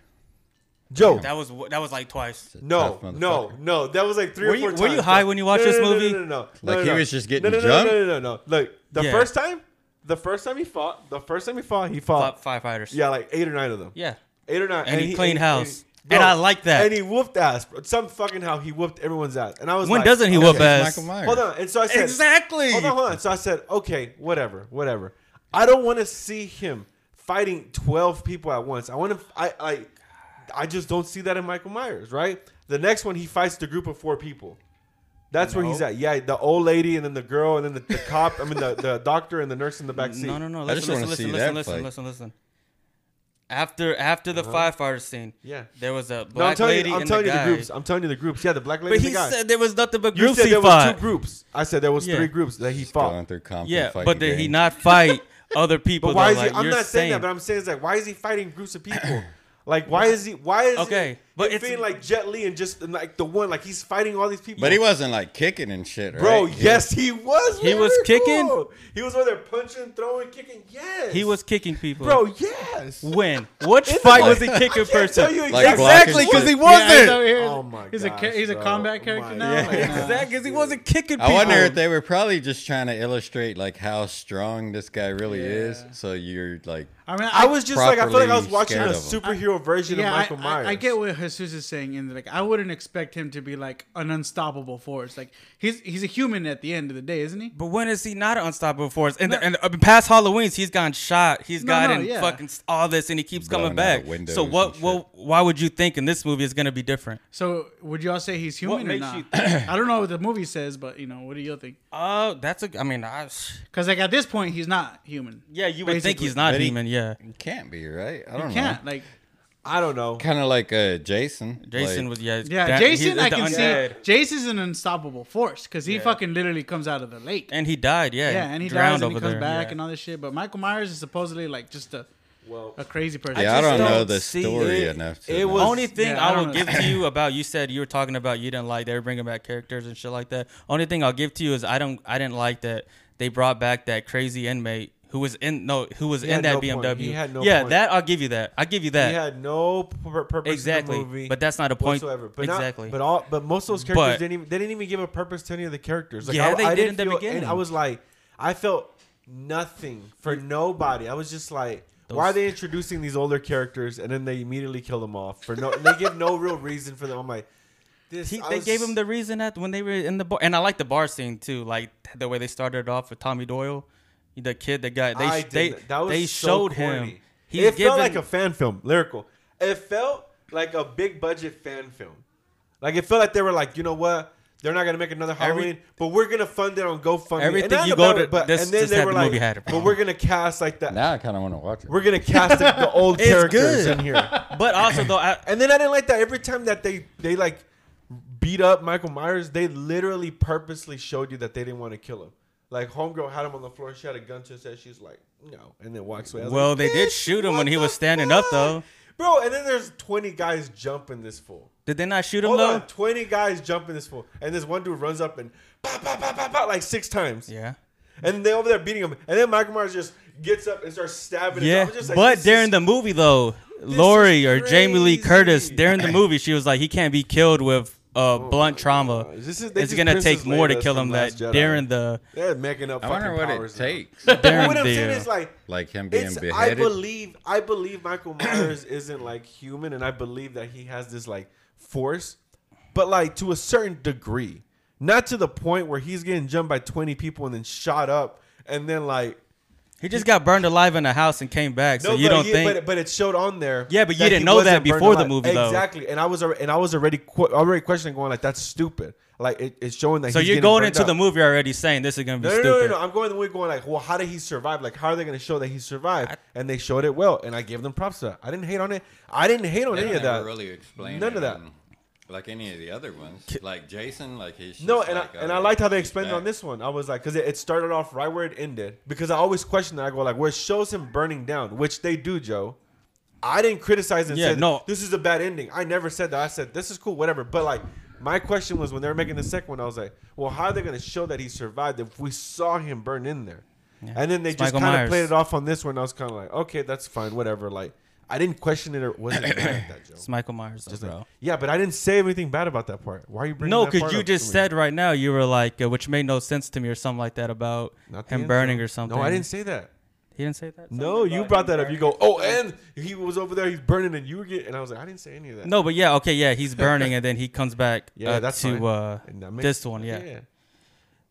S2: Joe,
S1: That was that was like twice.
S2: no,
S4: Tough
S2: no, no. That was like three
S1: Were
S2: or
S1: you-
S2: four
S1: were
S2: times.
S1: you high when you watched
S2: No, no,
S1: this
S2: no, no,
S1: movie?
S2: No, no, no.
S4: Like,
S2: No, no,
S4: he
S2: no.
S4: was just
S2: no,
S4: getting
S2: no, no,
S4: jumped?
S2: No, no, no, no. no. Look, the
S1: Yeah.
S2: first time, the first time he fought, the first time he fought, he
S1: Fi-
S2: fought.
S1: firefighters.
S2: Yeah, like eight or nine of them.
S1: Yeah.
S2: Eight or nine.
S1: And he cleaned house. And I like that.
S2: And he whooped ass, bro. Some fucking how he whooped everyone's ass. And I was
S1: When
S2: like,
S1: doesn't he
S2: okay.
S1: whoop
S4: It's
S1: ass?
S4: Michael Myers.
S2: Hold on. And so I said,
S1: Exactly.
S2: Hold on, hold on. So I said, okay, whatever, whatever. I don't want to see him fighting twelve people at once. I want to. I I, I just don't see that in Michael Myers. Right. The next one, he fights the group of four people. That's where he's
S1: No.
S2: at. Yeah, the old lady and then the girl and then the, the cop. I mean, the, the doctor and the nurse in the back seat.
S1: No, no, no.
S4: I just
S1: Listen, listen,
S4: wanna see
S1: listen, listen,
S4: that
S1: listen,
S4: fight.
S1: listen, listen. After after the firefighter scene,
S2: Uh-huh. Yeah.
S1: there was a
S2: No, I'm
S1: black
S2: telling
S1: lady
S2: you, I'm
S1: and
S2: telling
S1: the
S2: you
S1: guy.
S2: the groups. I'm telling you the groups. Yeah, the black
S1: But
S2: lady and
S1: he
S2: the guy.
S1: said there was nothing but
S2: you
S1: groups
S2: said
S1: he
S2: there was
S1: fought.
S2: two groups. I said there was
S1: Yeah.
S2: three groups that he
S4: going
S2: fought.
S4: through conflict.
S1: Yeah,
S4: fighting
S1: but did he
S4: games.
S1: not fight other people?
S2: But why
S1: though?
S2: is he?
S1: Like,
S2: I'm
S1: you're
S2: not saying, that,
S1: saying-
S2: but I'm saying is like, why is he fighting groups of people? like, why is he? Why is
S1: Okay,
S2: It,
S1: but
S2: it
S1: it's-
S2: feeling like Jet Li and just and, like the one like he's fighting all these people.
S4: But he wasn't like kicking and shit, right?
S2: bro.
S4: He-
S2: Yes, he was.
S1: He was
S2: man.
S1: kicking?
S2: Bro, He was over there punching, throwing, kicking. Yes,
S1: he was kicking people.
S2: bro. Yes.
S1: when? Which
S2: In the
S1: fight
S2: fight.
S1: was he kicking
S2: I can't
S1: person?
S2: tell you
S4: Like
S2: exactly.
S4: Black and
S1: Exactly, because he
S4: shit.
S1: wasn't.
S3: he's over here-
S2: Oh my
S3: He's a ca-
S2: gosh,
S3: he's a
S2: bro.
S3: combat
S2: Oh
S3: character
S2: my
S3: now.
S2: God.
S3: Like, nah.
S1: exactly, because he wasn't kicking people.
S4: I wonder if they were probably just trying to illustrate like how strong this guy really
S3: Yeah.
S4: is. So you're like,
S3: I mean,
S2: I was just like, I feel like I was
S4: Properly
S2: watching a
S4: scared of him.
S2: superhero version of
S3: yeah,
S2: Michael
S3: I,
S2: Myers.
S3: I, I get what Jesus is saying, and like I wouldn't expect him to be like an unstoppable force. Like he's he's a human at the end of the day, isn't he?
S1: But when is he not an unstoppable force? And, and uh, past Halloween's, he's gotten shot. He's
S3: No,
S1: gotten
S3: no, yeah.
S1: fucking s- all this, and he keeps coming
S4: Blowing out
S1: back.
S4: of windows
S1: So what?
S4: and
S1: Well, why would you think in this movie is going to be different?
S3: So would y'all say he's
S1: What
S3: human or
S1: makes
S3: not?
S1: you-
S3: I don't know what the movie says, but you know, what do you think?
S1: Oh, that's a. I mean, I,
S3: Because like at this point, he's not human.
S1: yeah, you would think
S3: Basically.
S1: he's not
S4: But he-
S1: human. yeah,
S4: you can't be right. I don't
S3: He
S4: know.
S3: can't like
S2: I don't know.
S4: Kind of like uh, Jason.
S1: Jason
S4: Like,
S1: was yeah.
S3: yeah.
S1: that- he-
S3: Jason,
S1: the
S3: I can
S1: undead.
S3: see Jason's an unstoppable force because he fucking literally comes out of the lake.
S1: And he died. Yeah,
S3: yeah, and he
S1: drowned
S3: dies and he
S1: over
S3: comes
S1: there.
S3: back
S1: Yeah.
S3: and all this shit. But Michael Myers is supposedly like just a
S2: Well,
S3: a crazy person.
S4: Yeah, I,
S1: just
S4: don't know
S1: don't
S4: the
S1: see
S4: story
S2: it.
S4: enough. To
S2: It
S4: know.
S2: was-
S1: Only thing
S3: Yeah,
S1: I,
S3: I
S1: will
S3: don't
S1: give
S3: know.
S1: to you about you said you were talking about you didn't like they were bringing back characters and shit like that. Only thing I'll give to you is I don't I didn't like that they brought back that crazy inmate who was in no who was
S2: He
S1: in
S2: had
S1: that
S2: no
S1: BMW.
S2: point. He had no
S1: yeah,
S2: point.
S1: that I'll give you that. I give you
S2: He
S1: that.
S2: had no pur- purpose
S1: Exactly.
S2: in the movie.
S1: But that's not a point
S2: whatsoever. But not-
S1: exactly.
S2: but all but most of those characters
S1: But-
S2: didn't even they didn't even give a purpose to any of the characters. Like,
S1: Yeah,
S2: I,
S1: they
S2: I
S1: did
S2: didn't
S1: in the
S2: feel-
S1: beginning.
S2: and I was like, I felt nothing for nobody. I was just like. Why are
S1: Those-
S2: they introducing these older characters and then they immediately kill them off for no? They give no real reason for them. I'm like, this.
S1: He,
S2: I
S1: they
S2: was-
S1: gave him the reason that when they were in the bar, and I like the bar scene too, like the way they started off with Tommy Doyle, the kid that got
S2: I
S1: they
S2: did
S1: they
S2: not- that was
S1: they
S2: so
S1: showed him.
S2: corny.
S1: He's
S2: it
S1: given,
S2: felt like a fan film, lyrical. It felt like a big budget fan film. Like it felt like they were like, you know what? They're not gonna make another
S1: Every-
S2: Halloween, but we're gonna fund it on GoFundMe. And
S1: Everything
S2: not
S1: you go
S2: about
S1: to-
S2: it, but
S1: this-
S2: and then
S1: this
S2: they
S1: had
S2: were
S1: the movie
S2: like,
S1: had it.
S2: but we're gonna cast like that.
S4: now I kind of want to watch it.
S2: We're gonna cast like the old
S1: It's
S2: characters
S1: good.
S2: in here.
S1: but also though, I,
S2: And then I didn't like that. Every time that they they like beat up Michael Myers, they literally purposely showed you that they didn't want to kill him. Like homegirl had him on the floor. She had a gun to his head. She's like, no, and then walks away. I was
S1: Well,
S2: like,
S1: they did
S2: "Bitch,
S1: shoot him
S2: what
S1: when he
S2: the
S1: was standing up,
S2: fuck?"
S1: though.
S2: Bro, and then there's 20 guys jumping this fool.
S1: did they not shoot him
S2: Hold
S1: though?
S2: on, 20 guys jumping this fool, and this one dude runs up and pop, pop, pop, pop, pop, like six times,
S1: Yeah.
S2: and they over there beating him, and then Michael Myers just gets up and starts stabbing.
S1: Yeah,
S2: him. I was just like,
S1: but
S2: this
S1: during
S2: is
S1: the movie though, Lori
S2: is
S1: or Jamie Lee Curtis
S2: crazy.
S1: during the movie, she was like, he can't be killed with uh, blunt trauma,
S2: Oh God. This is- they
S1: it's
S2: just
S1: gonna
S2: Princess
S1: take more to
S2: Leia's
S1: kill
S2: from
S1: him
S2: Last
S1: that
S2: Jedi.
S1: during the
S2: They're making up.
S4: I wonder
S2: fucking
S4: what
S2: powers
S4: it
S2: now.
S4: takes.
S1: during
S2: What I'm saying
S1: the
S2: is like
S4: like him being
S2: it's. I
S4: beheaded.
S2: believe. I believe Michael Myers isn't like human, and I believe that he has this like force, but like to a certain degree, not to the point where he's getting jumped by twenty people and then shot up, and then like.
S1: he just got burned alive in the house and came back. So
S2: No,
S1: you
S2: but
S1: don't
S2: he-
S1: think
S2: but, but it showed on there.
S1: Yeah, but you
S2: that
S1: didn't
S2: he
S1: know that
S2: wasn't burned
S1: before the
S2: alive.
S1: movie, though.
S2: Exactly, and I was alre- and I was already qu- already questioning, going like, "That's stupid." Like it, it's showing that.
S1: so?
S2: he's
S1: You're
S2: getting
S1: going
S2: burned
S1: into
S2: out.
S1: the movie already saying this is gonna be
S2: No, no,
S1: stupid.
S2: no, no, no. I'm going the movie going like, well, how did he survive? Like, how are they going to show that he survived? And they showed it well, and I gave them props to that. I didn't hate on it. I didn't hate on
S4: They
S2: any
S4: don't
S2: of
S4: ever
S2: that.
S4: really explain
S2: None of that.
S4: in, Like any of the other ones, like Jason, like his.
S2: No, and I, and I liked how they explained
S4: back.
S2: on this one. I was like, because it, it started off right where it ended. Because I always question that. I go like, where it shows him burning down, which they do, Joe. I didn't criticize and
S1: Yeah,
S2: say
S1: no.
S2: this is a bad ending. I never said that. I said this is cool, whatever. But like, my question was when they were making the second one, I was like, well, how are they going to show that he survived if we saw him burn in there? And then they
S1: It's
S2: just
S1: Michael
S2: kind of
S1: Myers.
S2: played it off on this one. I was kind of like, okay, that's fine, whatever. Like, I didn't question it or wasn't mad at that, Joe.
S1: It's Michael Myers, though,
S2: Just like,
S1: bro.
S2: yeah, but I didn't say anything bad about that part. Why are you bringing?
S1: No,
S2: that
S1: because
S2: part
S1: you
S2: up
S1: just
S2: to me?
S1: said right now you were like, uh, which made no sense to me or something like that about
S2: Not the
S1: him
S2: end,
S1: burning
S2: Joe.
S1: or something.
S2: No, I didn't say that.
S1: He didn't say that.
S2: No, you brought that up. You go, oh, and he was over there, he's burning, and you were getting. And I was like, I didn't say any of that.
S1: No, but yeah, okay, yeah, he's burning and then he comes back.
S2: Yeah,
S1: uh,
S2: that's fine.
S1: to uh,
S2: And that makes-
S1: this one. Yeah.
S2: yeah,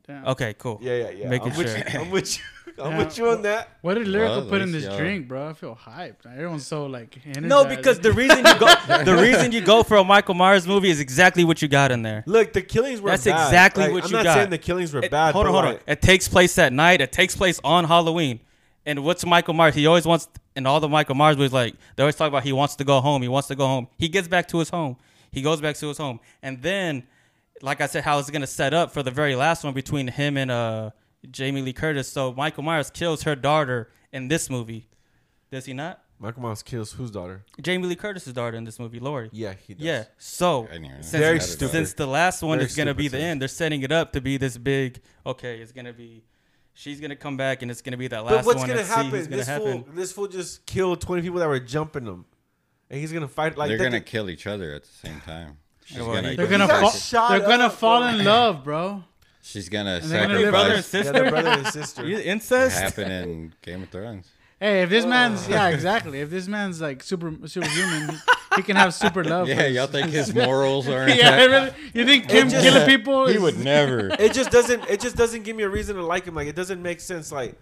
S3: Damn.
S1: Okay, cool.
S2: yeah, yeah. yeah.
S1: Making
S2: I'm with
S1: sure.
S2: you. I'm with you. I'm
S3: Yeah.
S2: with you on that.
S3: What did Lyrical
S4: at
S3: put in
S4: least
S3: this
S4: y'all-
S3: drink, bro? I feel hyped. Everyone's so like energized.
S1: No, because the reason you go, the reason you go for a Michael Myers movie is exactly what you got in there.
S2: Look, the killings were.
S1: That's
S2: bad.
S1: exactly
S2: Like,
S1: what
S2: I'm
S1: you
S2: not
S1: got.
S2: saying the killings were
S1: It-
S2: bad.
S1: Hold on,
S2: but
S1: hold on.
S2: like-
S1: It takes place at night. It takes place on Halloween. And what's Michael Myers? He always wants, and all the Michael Myers movies, like they always talk about, he wants to go home. He wants to go home. He gets back to his home. He goes back to his home, and then, like I said, how it's gonna set up for the very last one between him and uh Jamie Lee Curtis. So Michael Myers kills her daughter in this movie. Does he not?
S2: Michael Myers kills whose daughter?
S1: Jamie Lee Curtis's daughter in this movie, Lori.
S2: Yeah, he does.
S1: Yeah. So
S4: I didn't even know
S1: since,
S4: that Very
S2: about stupid.
S1: since the last one
S2: Very
S1: is gonna be
S2: stupid,
S1: the
S2: too.
S1: end, they're setting it up to be this big. Okay, it's gonna be, she's gonna come back, and it's gonna be that last
S2: But what's
S1: one.
S2: gonna
S1: and see who's
S2: happen?
S1: gonna
S2: This
S1: happen.
S2: fool, this fool just killed 20 people that were jumping him, and he's gonna fight like
S4: they're
S2: that-
S4: gonna kill each other at the same time. She's
S1: well,
S4: gonna,
S1: he-
S3: they're
S4: she's
S3: gonna
S2: got
S4: gonna,
S3: fall.
S2: shot
S3: They're gonna
S2: up,
S3: fall
S2: bro.
S3: in love, bro. they're gonna live
S1: Brother
S4: sacrifice.
S1: and
S2: Yeah, the
S1: sister.
S2: brother and sister.
S1: You
S4: What
S1: incest.
S4: happened in Game of Thrones.
S3: Hey, if this man's yeah, exactly. If this man's like super superhuman, he can have super love.
S4: Yeah,
S3: for-
S4: y'all think his morals are
S3: yeah,
S4: intact?
S3: really? You think Kim
S2: just-
S3: killing people?
S4: He
S3: is-
S4: would never.
S2: it just doesn't it just doesn't give me a reason to like him like it doesn't make sense like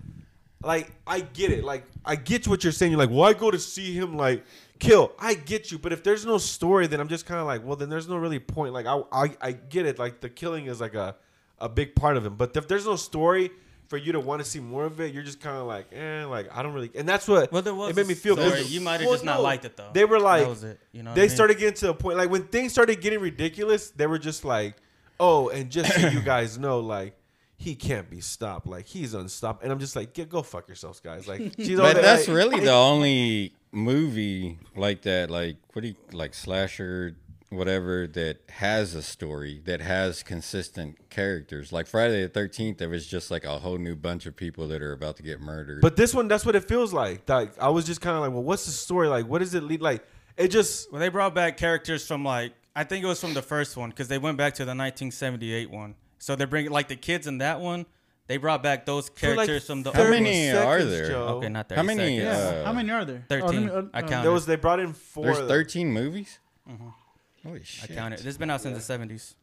S2: like i get it like i get what you're saying you're like why go to see him like kill i get you but if there's no story then i'm just kind of like well then there's no really point like I, I i get it like the killing is like a a big part of him but if there's no story for you to want to see more of it, you're just kind of like, eh, like I don't really, and that's what
S1: Well, there was
S2: it made
S1: a
S2: me feel.
S1: story.
S2: miserable.
S1: You might have
S2: Well,
S1: just not liked it, though.
S2: They were
S1: That
S2: like,
S1: was it. You know what I
S2: they
S1: mean?
S2: started getting to a point like when things started getting ridiculous, they were just like, "Oh, and just so you guys know, like he can't be stopped. Like he's unstoppable." And I'm just like, "Get go fuck yourselves, guys!" Like, she's all
S4: But
S2: there,
S4: that's
S2: like-
S4: really the only movie like that, like what do you like slasher, whatever that has a story that has consistent characters. Like Friday the Thirteenth, there was just like a whole new bunch of people that are about to get murdered.
S2: But this one, that's what it feels like. Like I was just kind of like, "Well, what's the story? Like, what does it lead? Like, it just."
S1: Well, they brought back characters from like I think it was from the first one because they went back to the 1978 one. So they're bringing like the kids in that one. They brought back those
S2: for, like,
S1: characters from the.
S4: How
S2: 30
S1: old-
S4: many are there?
S2: Joe.
S1: Okay, not there.
S4: How many, uh,
S3: How many are there? Oh, let
S1: 13.
S3: me- uh,
S1: I
S3: uh,
S1: counted.
S2: There was they brought in four.
S4: There's
S2: of them.
S4: thirteen movies. Holy
S1: Mm-hmm. I
S4: shit!
S1: counted. This has been out since the 70s.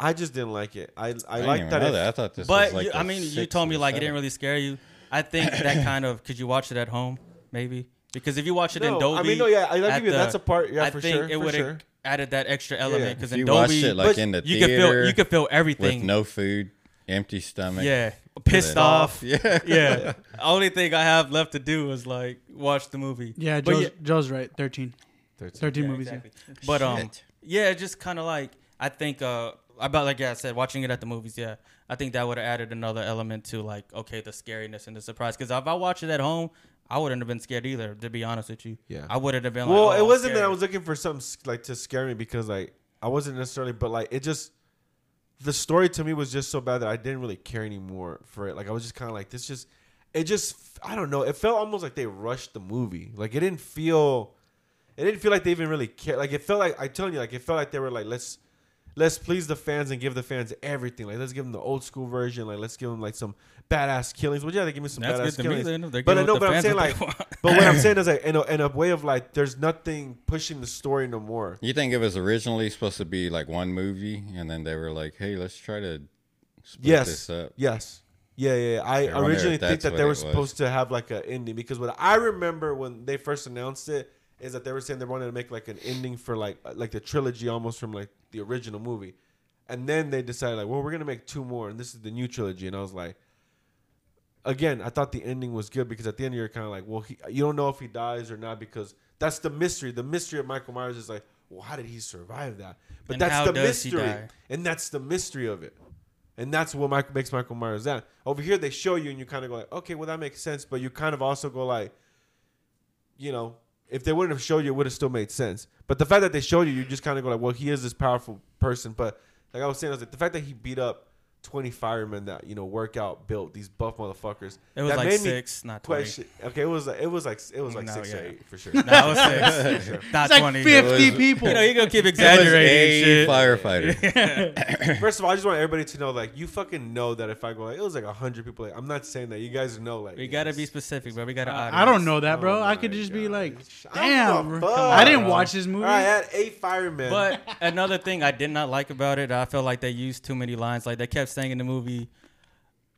S2: I just didn't like it. I I,
S4: I, didn't
S2: like
S4: even
S2: that.
S4: know
S2: it-
S4: that. I thought this.
S1: But
S4: was like
S1: you, I
S4: the
S1: mean, you
S4: sixth
S1: told me
S4: or
S1: like it didn't
S4: seventh.
S1: really scare you. I think that kind of could you watch it at home, maybe because if you watch it in
S2: No,
S1: Dolby,
S2: I mean, no, yeah, I like
S1: at
S2: you, that's a part, yeah,
S1: I
S2: for
S1: think
S2: sure,
S1: it
S2: for
S1: would have
S2: sure.
S1: added that extra element because
S4: If
S1: in
S4: you
S1: Dolby,
S4: watched it like
S2: but
S4: in the
S1: you could
S4: theater
S1: feel you could feel
S4: with
S1: everything.
S4: no food, empty stomach.
S1: yeah, pissed
S4: Yeah.
S1: off.
S4: Yeah.
S1: yeah. Only thing I have left to do is like watch the movie.
S3: Yeah,
S1: but
S3: Joe's, Joe's right. Thirteen.
S2: 13.
S3: 13
S1: yeah,
S3: movies.
S1: exactly. But um,
S4: Shit.
S1: yeah, it's just kind of like I think uh about like I said, watching it at the movies. Yeah, I think that would have added another element to like okay, the scariness and the surprise. Because if I watched it at home, I wouldn't have been scared either. To be honest with you,
S2: Yeah.
S1: I would have been.
S2: well,
S1: like, oh,
S2: it
S1: I'm
S2: wasn't that I
S1: scared.
S2: was looking for something s- like to scare me because like I wasn't necessarily, but like it just the story to me was just so bad that I didn't really care anymore for it. Like I was just kind of like this, just it just I don't know. It felt almost like they rushed the movie. Like it didn't feel, it didn't feel like they even really care. Like it felt like I telling you, like it felt like they were like let's let's please the fans and give the fans everything. Like let's give them the old school version. Like let's give them like some badass killings. Well, yeah, they give me some
S1: That's
S2: badass
S1: good to me,
S2: killings.
S1: then, if they're
S2: but I
S1: giving
S2: know,
S1: the
S2: but I'm
S1: fans
S2: saying
S1: what they
S2: like,
S1: want.
S2: but what I'm saying is like in a, in a way of like, there's nothing pushing the story no more.
S4: You think it was originally supposed to be like one movie, and then they were like, "Hey, let's try to split
S2: Yes.
S4: this up."
S2: Yes. Yeah, yeah. yeah. I
S4: I wonder
S2: originally
S4: if
S2: think
S4: that's
S2: that
S4: what
S2: they
S4: it
S2: were
S4: was.
S2: supposed to have like an ending because what I remember when they first announced it is that they were saying they wanted to make like an ending for like uh, like the trilogy almost from like the original movie, and then they decided like, well, we're gonna make two more, and this is the new trilogy, and I was like. Again, I thought the ending was good because at the end you're kind of like, well, he, you don't know if he dies or not because that's the mystery. The mystery of Michael Myers is like, well, how did he survive that? But
S1: And
S2: that's
S1: how
S2: the
S1: does he
S2: mystery,
S1: die?
S2: and that's the mystery of it. And that's what Michael, makes Michael Myers that. Over here, they show you, and you kind of go like, okay, well that makes sense. But you kind of also go like, you know, if they wouldn't have showed you, it would have still made sense. But the fact that they showed you, you just kind of go like, well, he is this powerful person. But like I was saying, I was like, the fact that he beat up twenty firemen that you know work out, built these buff motherfuckers.
S1: It was
S2: that
S1: like
S2: made me
S1: six, not 20.
S2: Question. Okay, it was like it was like it was like
S1: No,
S2: six
S1: yeah.
S2: or eight for sure.
S1: That was six, not
S3: It's like
S1: twenty.
S3: 50
S4: was-
S3: people.
S1: You know, you gonna keep
S4: It was
S1: exaggerating
S4: a
S1: and
S4: firefighter.
S2: First of all, I just want everybody to know, like, you fucking know that if I go, like, it was like hundred people. Like, I'm not saying that. You guys know, like, Oh
S1: shit. We gotta be specific, bro. We gotta.
S3: I I don't know that, bro. I could just be like,
S4: Oh
S3: damn,
S2: I,
S3: bro. I didn't watch this movie.
S2: All right, I had eight firemen.
S1: But another thing I did not like about it, I felt like they used too many lines. Like they kept saying in the movie,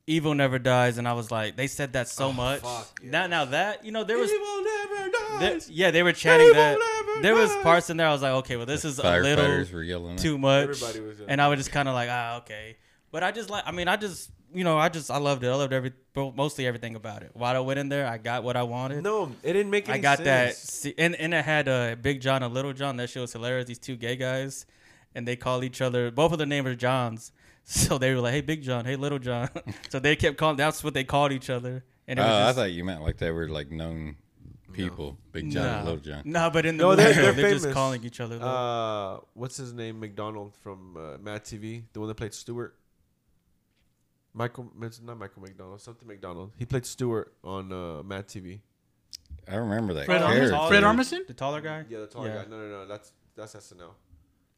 S1: "Evil never dies," and I was like, they said that so much.
S2: Oh, fuck, yeah.
S1: Now, now that you know, there was,
S2: evil never
S1: there,
S2: dies.
S1: yeah, they were chanting
S2: Evil
S1: that.
S2: never
S1: There was
S2: dies.
S1: parts in there I was like, okay, well, this is a little
S4: Firefighters were yelling.
S1: too much,
S2: Everybody was yelling.
S1: and I was just kind of like, ah, okay. But I just like, I mean, I just, you know, I just, I loved it. I loved every, mostly everything about it. While I went in there, I got what I wanted.
S2: no, it didn't make any
S1: I got that, se-
S2: sense.
S1: and and it had uh, Big John and Little John. That shit was hilarious. These two gay guys, and they call each other. Both of their names are Johns, so they were like, "Hey, Big John, hey, Little John." so they kept calling. That's what they called each other. And
S4: Oh,
S1: was
S4: I
S1: just-
S4: thought you meant like they were like known people, Big John, and
S1: nah.
S4: Little John.
S1: No, but in the
S2: No,
S1: movie,
S2: they're-
S1: they're,
S2: they're
S1: just
S2: famous.
S1: calling each other. little-
S2: Uh, what's his name? McDonald from uh, Mad TV, the one that played Stewart. Michael, it's not Michael McDonald, something McDonald. He played Stewart on uh, Mad TV.
S4: I remember that.
S3: Fred,
S1: Armisen?
S4: character.
S3: Armisen? Fred Armisen?
S1: the taller guy.
S2: Yeah, the tall
S1: Yeah.
S2: guy. No, no, no, that's that's SNL.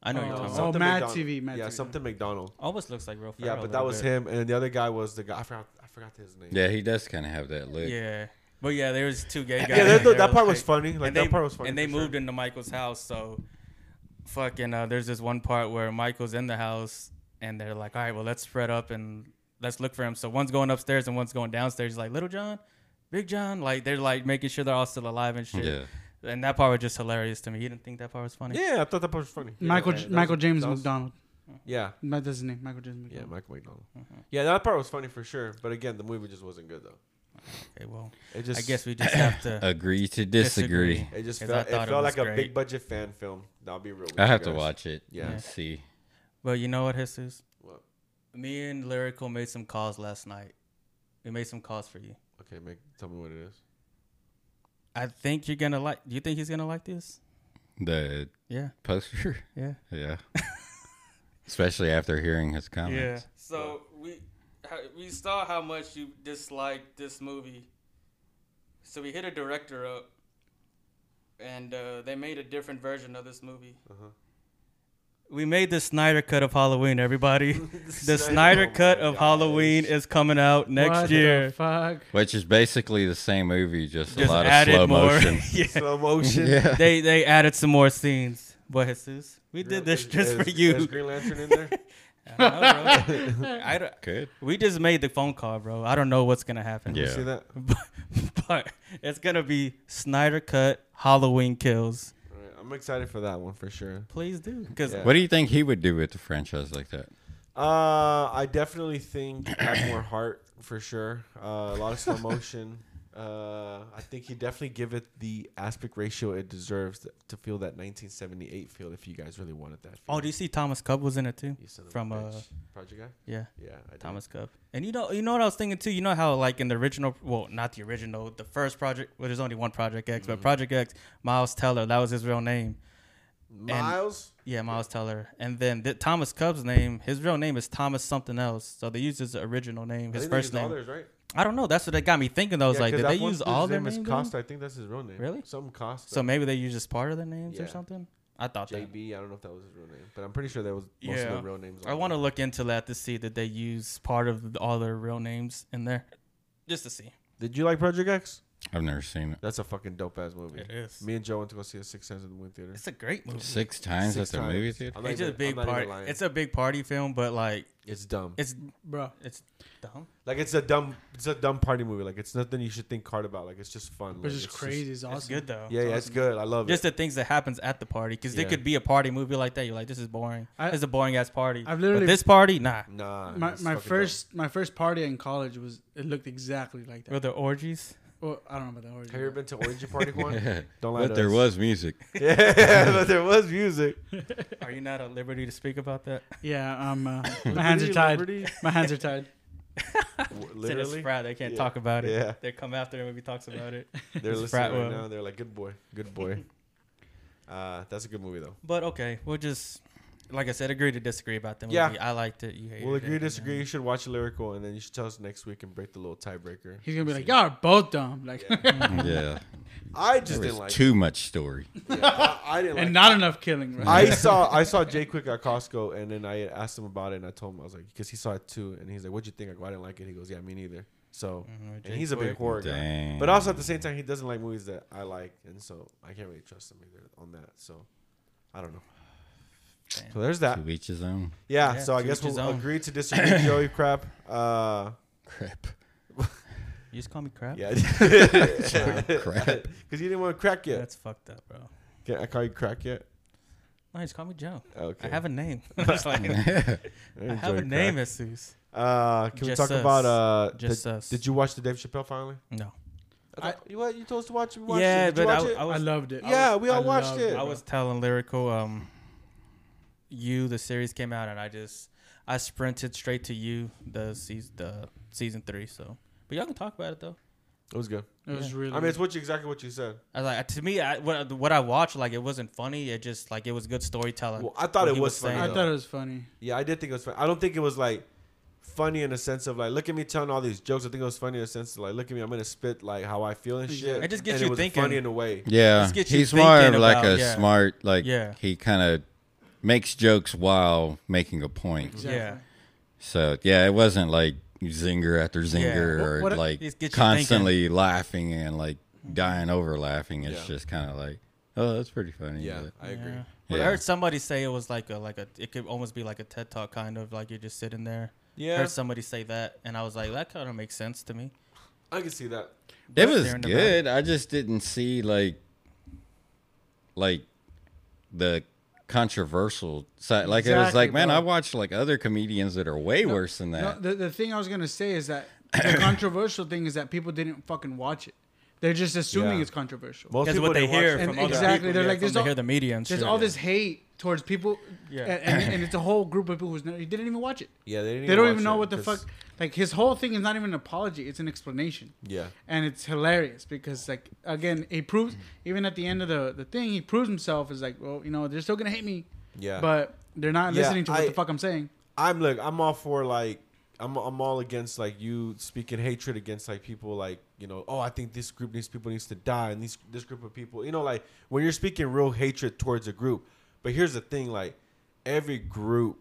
S1: I know you're talking
S3: Oh,
S1: about.
S2: Something
S3: Mad
S2: McDonald.
S3: TV, Mad
S2: yeah,
S3: TV.
S2: something McDonald.
S1: Almost looks like real.
S2: Yeah,
S1: Ferrell a
S2: but that
S1: little
S2: was
S1: bit.
S2: him, and the other guy was the guy. I forgot. I forgot his name.
S4: Yeah, he does kind of have that look.
S1: Yeah, but yeah, there was two gay guys.
S2: yeah. That,
S1: in there,
S2: that part was
S1: like-
S2: funny. Like
S1: and they,
S2: that part was funny.
S1: And they
S2: for sure.
S1: moved into Michael's house, so fucking uh, there's this one part where Michael's in the house and they're like, All right, well let's spread up and let's look for him. So one's going upstairs and one's going downstairs. He's like, Little John, Big John, like they're like making sure they're all still alive and shit.
S4: Yeah.
S1: And that part was just hilarious to me. You didn't think that part was funny?
S2: Yeah, I thought that part was funny. Yeah,
S3: Michael
S2: yeah, that
S3: Michael
S2: was-
S3: James
S2: that was-
S3: McDonald.
S2: Yeah,
S3: That's his name. Michael James
S2: yeah,
S1: Mm-hmm.
S3: McDonald.
S2: Michael McDonald. Yeah, that part was funny for sure. But again, the movie just wasn't good though.
S1: Okay, well,
S2: It just,
S1: I guess we just have to
S4: Agree to disagree.
S1: disagree.
S2: it just
S1: 'Cause
S2: felt,
S1: I
S2: it
S1: thought it
S2: felt
S1: was
S2: like a
S1: great.
S2: big budget fan film. I'll be real. With
S4: I
S2: you
S4: have to
S2: guys.
S4: watch it.
S2: Yeah.
S4: and see.
S1: But you know what, Jesus?
S2: What?
S1: Me and Lyrical made some calls last night. We made some calls for you.
S2: Okay, make tell me what it is.
S1: I think you're gonna like. Do you think he's gonna like this?
S4: the
S1: Yeah,
S4: poster.
S1: yeah.
S4: Yeah. Especially after hearing his comments.
S1: Yeah. So we ha- we saw how much you disliked this movie. So we hit a director up, and uh, they made a different version of this movie. We made the Snyder cut of Halloween, everybody. the
S2: Snyder-
S1: Snyder
S2: oh
S1: cut
S2: my
S1: of
S2: gosh.
S1: Halloween is coming out next
S3: What the
S1: year.
S3: fuck.
S4: Which is basically the same movie, just,
S1: Just
S4: a lot of
S1: added
S4: slow
S1: more.
S4: motion.
S1: yeah.
S2: Slow motion.
S4: yeah.
S1: They they added some more scenes. But Jesus, we
S2: Green-
S1: did this
S2: is-
S1: just
S2: is-
S1: for
S2: Is
S1: you.
S2: Green Lantern in there?
S1: I don't know, bro. I don't-
S4: Good.
S1: We just made the phone call, bro. I don't know what's gonna happen.
S4: Yeah.
S2: You see that?
S1: but, but it's gonna be Snyder cut Halloween kills.
S2: All right, I'm excited for that one for sure.
S1: Please do, because
S2: Yeah.
S4: What do you think he would do with the franchise like that?
S2: Uh, I definitely think add more heart for sure. Uh, a lot of slow motion. Uh, I think he definitely give it the aspect ratio it deserves to, to feel that 1978 feel. If you guys really wanted that. Feel.
S1: oh, do you see Thomas Cubb was in it too?
S2: You son of a
S1: From uh,
S2: bitch. Project Guy.
S1: yeah,
S2: Yeah, I did.
S1: Thomas Cubb. And you know, you know what I was thinking too. You know how like in the original, well, not the original, the first project. Well, there's only one Project X,
S2: Mm-hmm.
S1: but Project X, Miles Teller, that was his real name.
S2: Miles.
S1: Yeah, Miles Teller. And then the, Thomas Cubb's name, his real name is Thomas something else. So they used his original name,
S2: I
S1: his
S2: think they
S1: first
S2: used all
S1: name.
S2: theirs, right?
S1: I don't know. That's what that got me thinking. I was
S2: Yeah,
S1: like,
S2: 'cause
S1: did
S2: that
S1: they
S2: one
S1: use
S2: dude's
S1: all their
S2: name? Is
S1: names?
S2: Costa? I think that's his real name.
S1: Really?
S2: Some Costa.
S1: So maybe they use just part of their names or
S2: Yeah.
S1: something. I thought that.
S2: JB. I don't know if that was his real name, but I'm pretty sure that was most
S1: yeah.
S2: of the real names.
S1: I
S2: on
S1: want to
S2: there.
S1: look into that to see that they use part of all their real names in there, just to see.
S2: Did you like Project X?
S4: I've never seen it.
S2: That's a fucking dope ass movie.
S1: It is.
S2: Me and Joe went to go see it six times in the movie theater.
S1: It's a great movie.
S4: Six times
S2: Six
S4: at the
S2: times.
S4: movie theater.
S2: I'm not
S1: It's
S2: even-
S1: a big
S2: I'm not even
S1: party.
S2: lying.
S1: It's a big party film, but like
S2: It's dumb.
S1: it's
S3: bro.
S1: it's dumb.
S2: like it's a dumb. It's a dumb party movie. Like it's nothing you should think hard about. Like it's just fun.
S3: But
S2: Like,
S3: it's just crazy. It's awesome.
S1: It's good though.
S2: yeah, yeah, it's good. I love
S1: Just
S2: it.
S1: the things that happens at the party, because there
S2: Yeah.
S1: could be a party movie like that. You're like, this is boring.
S3: I-
S1: it's a boring ass party.
S3: I've literally-
S1: but this party, nah.
S2: nah.
S3: my
S2: it's
S3: my
S2: fucking
S3: first my first party in college was it looked exactly like that.
S1: With the orgies,
S3: Well, I don't know about that
S2: dumb.
S3: origin.
S2: Have you ever
S3: but-
S2: been to Orangey Party One?
S4: Yeah.
S2: Don't lie
S4: But
S2: to
S4: there
S2: us.
S4: was music.
S2: yeah, but there was music.
S1: are you not at liberty to speak about that?
S3: Yeah, um, uh, my hands are tied.
S2: Liberty?
S3: My hands are tied.
S2: W-
S1: It's in a
S2: Literally,
S1: sprout. They can't
S2: Yeah.
S1: talk about it.
S2: Yeah.
S1: They come after him if he talks about it.
S2: they're
S1: It's a
S2: listening
S1: frat
S2: right
S1: world.
S2: now. They're like, "Good boy, good boy." Uh, that's a good movie though.
S1: But okay, we'll just like I said, agree to disagree about the movie.
S2: Yeah.
S1: I liked it. You hated
S2: We'll
S1: it,
S2: agree,
S1: and
S2: disagree. You should watch Lyrical, and then you should tell us next week and break the little tiebreaker.
S3: He's gonna be like, y'all are both dumb, like,
S4: yeah.
S2: I just
S4: There
S2: didn't
S4: was
S2: like.
S4: too much story.
S2: it. I, I didn't like.
S3: and not enough killing. Bro.
S2: I saw I saw Jay Quick at Costco, and then I asked him about it, and I told him I was like, because he saw it too, and he's like, "What'd you think?" I go, "I didn't like it." He goes, "Yeah, me neither." So, and
S1: Mm. Jay
S2: he's a big
S1: Quick.
S2: horror guy,
S4: Dang.
S2: but also at the same time, he doesn't like movies that I like, and so I can't really trust him either on that. So, I don't know.
S1: Damn.
S2: So there's that.
S4: To each his own.
S2: Yeah.
S1: Yeah,
S2: so I
S1: to
S2: guess
S1: each his
S2: we'll
S1: own.
S2: agree to disagree, Joey. Crap. Uh,
S4: Crap.
S1: You just call me crap.
S2: yeah.
S4: Crap.
S2: Because you didn't want to crack yet.
S1: That's fucked up, bro.
S2: Can I call you crack yet?
S1: No, just call me Joe.
S2: Okay.
S1: I have a name. I'm just like, I have a
S2: Joey
S1: name,
S2: Crack.
S1: Jesus.
S2: Uh, can we
S1: Just
S2: talk
S1: us.
S2: about uh?
S1: Just
S2: did,
S1: us.
S2: did you watch the Dave Chappelle finally?
S1: No.
S2: I, thought- you, what you told us to watch? We watched
S1: yeah,
S2: it. Did
S1: but
S2: you
S1: I,
S2: watch it?
S1: I
S3: I
S1: was,
S3: loved it.
S2: yeah,
S3: I was-
S2: we all
S3: I
S2: watched
S3: loved
S2: it.
S1: I was telling lyrical, um, you the series came out, and I just I sprinted straight to you the season the season three. So, but y'all can talk about it though.
S2: it was good.
S3: It was
S1: Yeah.
S3: really.
S2: I mean, it's what you, exactly what you said.
S1: I like to me, I, what what I watched, like it wasn't funny. It just like it was good storytelling.
S2: Well, I thought
S1: What
S2: it
S1: he
S2: was
S1: was
S2: funny.
S1: saying.
S3: I
S2: though.
S3: thought it was funny.
S2: yeah, I did think it was funny. I don't think it was like funny in the sense of like, look at me telling all these jokes. I think it was funny in the sense of like, look at me, I'm gonna spit like how I feel and shit.
S1: It just gets
S2: and
S1: you
S2: it was
S1: thinking.
S2: Funny in a way.
S4: Yeah,
S1: Just get you
S4: he's more of
S1: thinking
S4: like
S1: about-
S4: a
S1: yeah.
S4: smart, like
S1: Yeah.
S4: he kind of makes jokes while making a point.
S1: yeah,
S4: So yeah, it wasn't like zinger after zinger
S1: Yeah.
S4: or
S3: What- what-
S4: like
S1: Just get you
S4: constantly laughing and like dying over laughing. It's
S2: Yeah.
S4: just kind of like, oh, that's pretty funny.
S2: Yeah,
S4: but-
S2: I agree.
S1: Yeah. But I
S4: Yeah.
S1: heard somebody say it was like a like a it could almost be like a TED talk kind of like you're just sitting there.
S2: Yeah,
S1: Heard somebody say that, and I was like, that kind of makes sense to me.
S2: I can see that.
S4: it
S1: Just
S4: was
S1: hearing about it.
S4: good. I just didn't see like, like the controversial side. Like it was
S3: Exactly,
S4: like, man,
S3: bro.
S4: I watched like other comedians that are way worse than that.
S3: No, the, the thing I was gonna say is that the controversial thing is that people didn't fucking watch it. They're just assuming
S2: Yeah.
S3: it's controversial.
S2: Most
S1: That's
S2: people
S1: what they
S2: didn't watch
S1: hear
S2: it.
S1: from
S3: And
S1: other
S3: exactly,
S1: people,
S3: they're
S1: yeah,
S3: like,
S1: from
S3: there's
S1: they
S3: all-
S1: hear the media and
S3: There's
S1: shit.
S3: all this hate towards people,
S1: Yeah.
S3: yeah, and, and, and it's a whole group of people who's not, he didn't even watch it.
S2: Yeah, they didn't.
S3: They don't
S2: watch
S3: even know
S2: it
S3: what the
S2: 'cause-
S3: fuck. Like his whole thing is not even an apology; it's an explanation.
S2: Yeah,
S3: and it's hilarious because like again he proves even at the end of the the thing he proves himself is like well you know they're still gonna hate me
S2: yeah.
S3: but they're not
S2: Yeah,
S3: listening to what
S2: I-
S3: the fuck i'm saying
S2: I'm look. I'm all for like. I'm I'm all against like you speaking hatred against like people like you know oh I think this group these people needs to die and these this group of people you know like when you're speaking real hatred towards a group. But here's the thing like every group